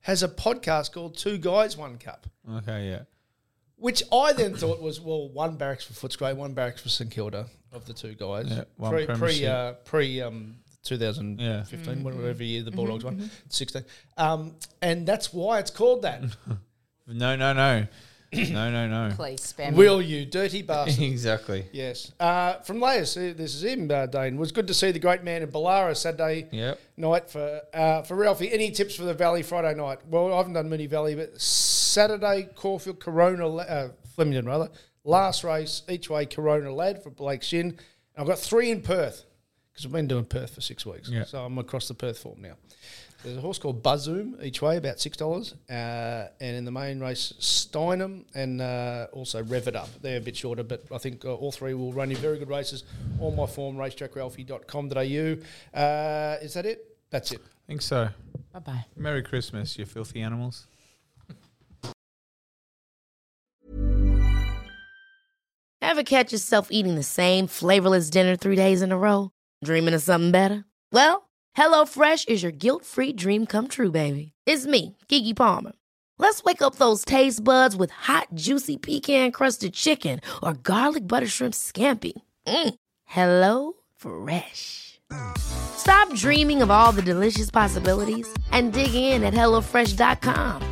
[SPEAKER 4] has a podcast called Two Guys, One Cup,
[SPEAKER 5] Okay, yeah.
[SPEAKER 4] which I then
[SPEAKER 6] [coughs]
[SPEAKER 4] thought was well, one barracks for Footscray, one barracks for St Kilda of the two guys.
[SPEAKER 5] Yeah, one
[SPEAKER 4] pre pre
[SPEAKER 5] premiership.
[SPEAKER 4] uh, pre um, 2015,
[SPEAKER 6] Mm-hmm.
[SPEAKER 4] whatever year the Bulldogs won, 16. Um, and that's why it's called
[SPEAKER 5] [laughs]
[SPEAKER 4] that.
[SPEAKER 5] No, no,
[SPEAKER 6] [coughs]
[SPEAKER 5] no, no, no, no.
[SPEAKER 6] Please spam. me.
[SPEAKER 4] Will you dirty bastard?
[SPEAKER 5] [laughs] exactly.
[SPEAKER 4] Yes. Uh, from Laius, uh, this is him, uh, Dane. Was good to see the great man in Ballara Saturday
[SPEAKER 5] Yep.
[SPEAKER 4] night for uh, for Ralphie. Any tips for the Valley Friday night? Well, I haven't done many Valley, but Saturday, Caulfield, Corona, La- uh, Flemington, rather. Last race, each way, Corona Lad for Blake Shin. And I've got three in Perth because I've been doing Perth for six weeks.
[SPEAKER 5] Yeah.
[SPEAKER 4] So I'm across the Perth form now. There's a horse called Buzzoom each way, about six dollars, uh, and in the main race Steinem and uh, also Rev It Up. They're a bit shorter, but I think uh, all three will run in very good races. On my form, racetrackralphie.com.au. Uh, is that it? That's it.
[SPEAKER 5] I think so.
[SPEAKER 6] Bye bye.
[SPEAKER 5] Merry Christmas, you filthy animals.
[SPEAKER 9] Ever catch yourself eating the same flavorless dinner three days in a row? Dreaming of something better? Well, HelloFresh is your guilt free dream come true, baby. It's me, Gigi Palmer. Let's wake up those taste buds with hot, juicy pecan crusted chicken or garlic butter shrimp scampi. Mm. Hello Fresh. Stop dreaming of all the delicious possibilities and dig in at HelloFresh.com.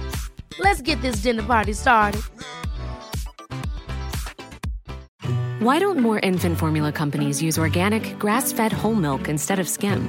[SPEAKER 9] Let's get this dinner party started.
[SPEAKER 2] Why don't more infant formula companies use organic, grass fed whole milk instead of skim?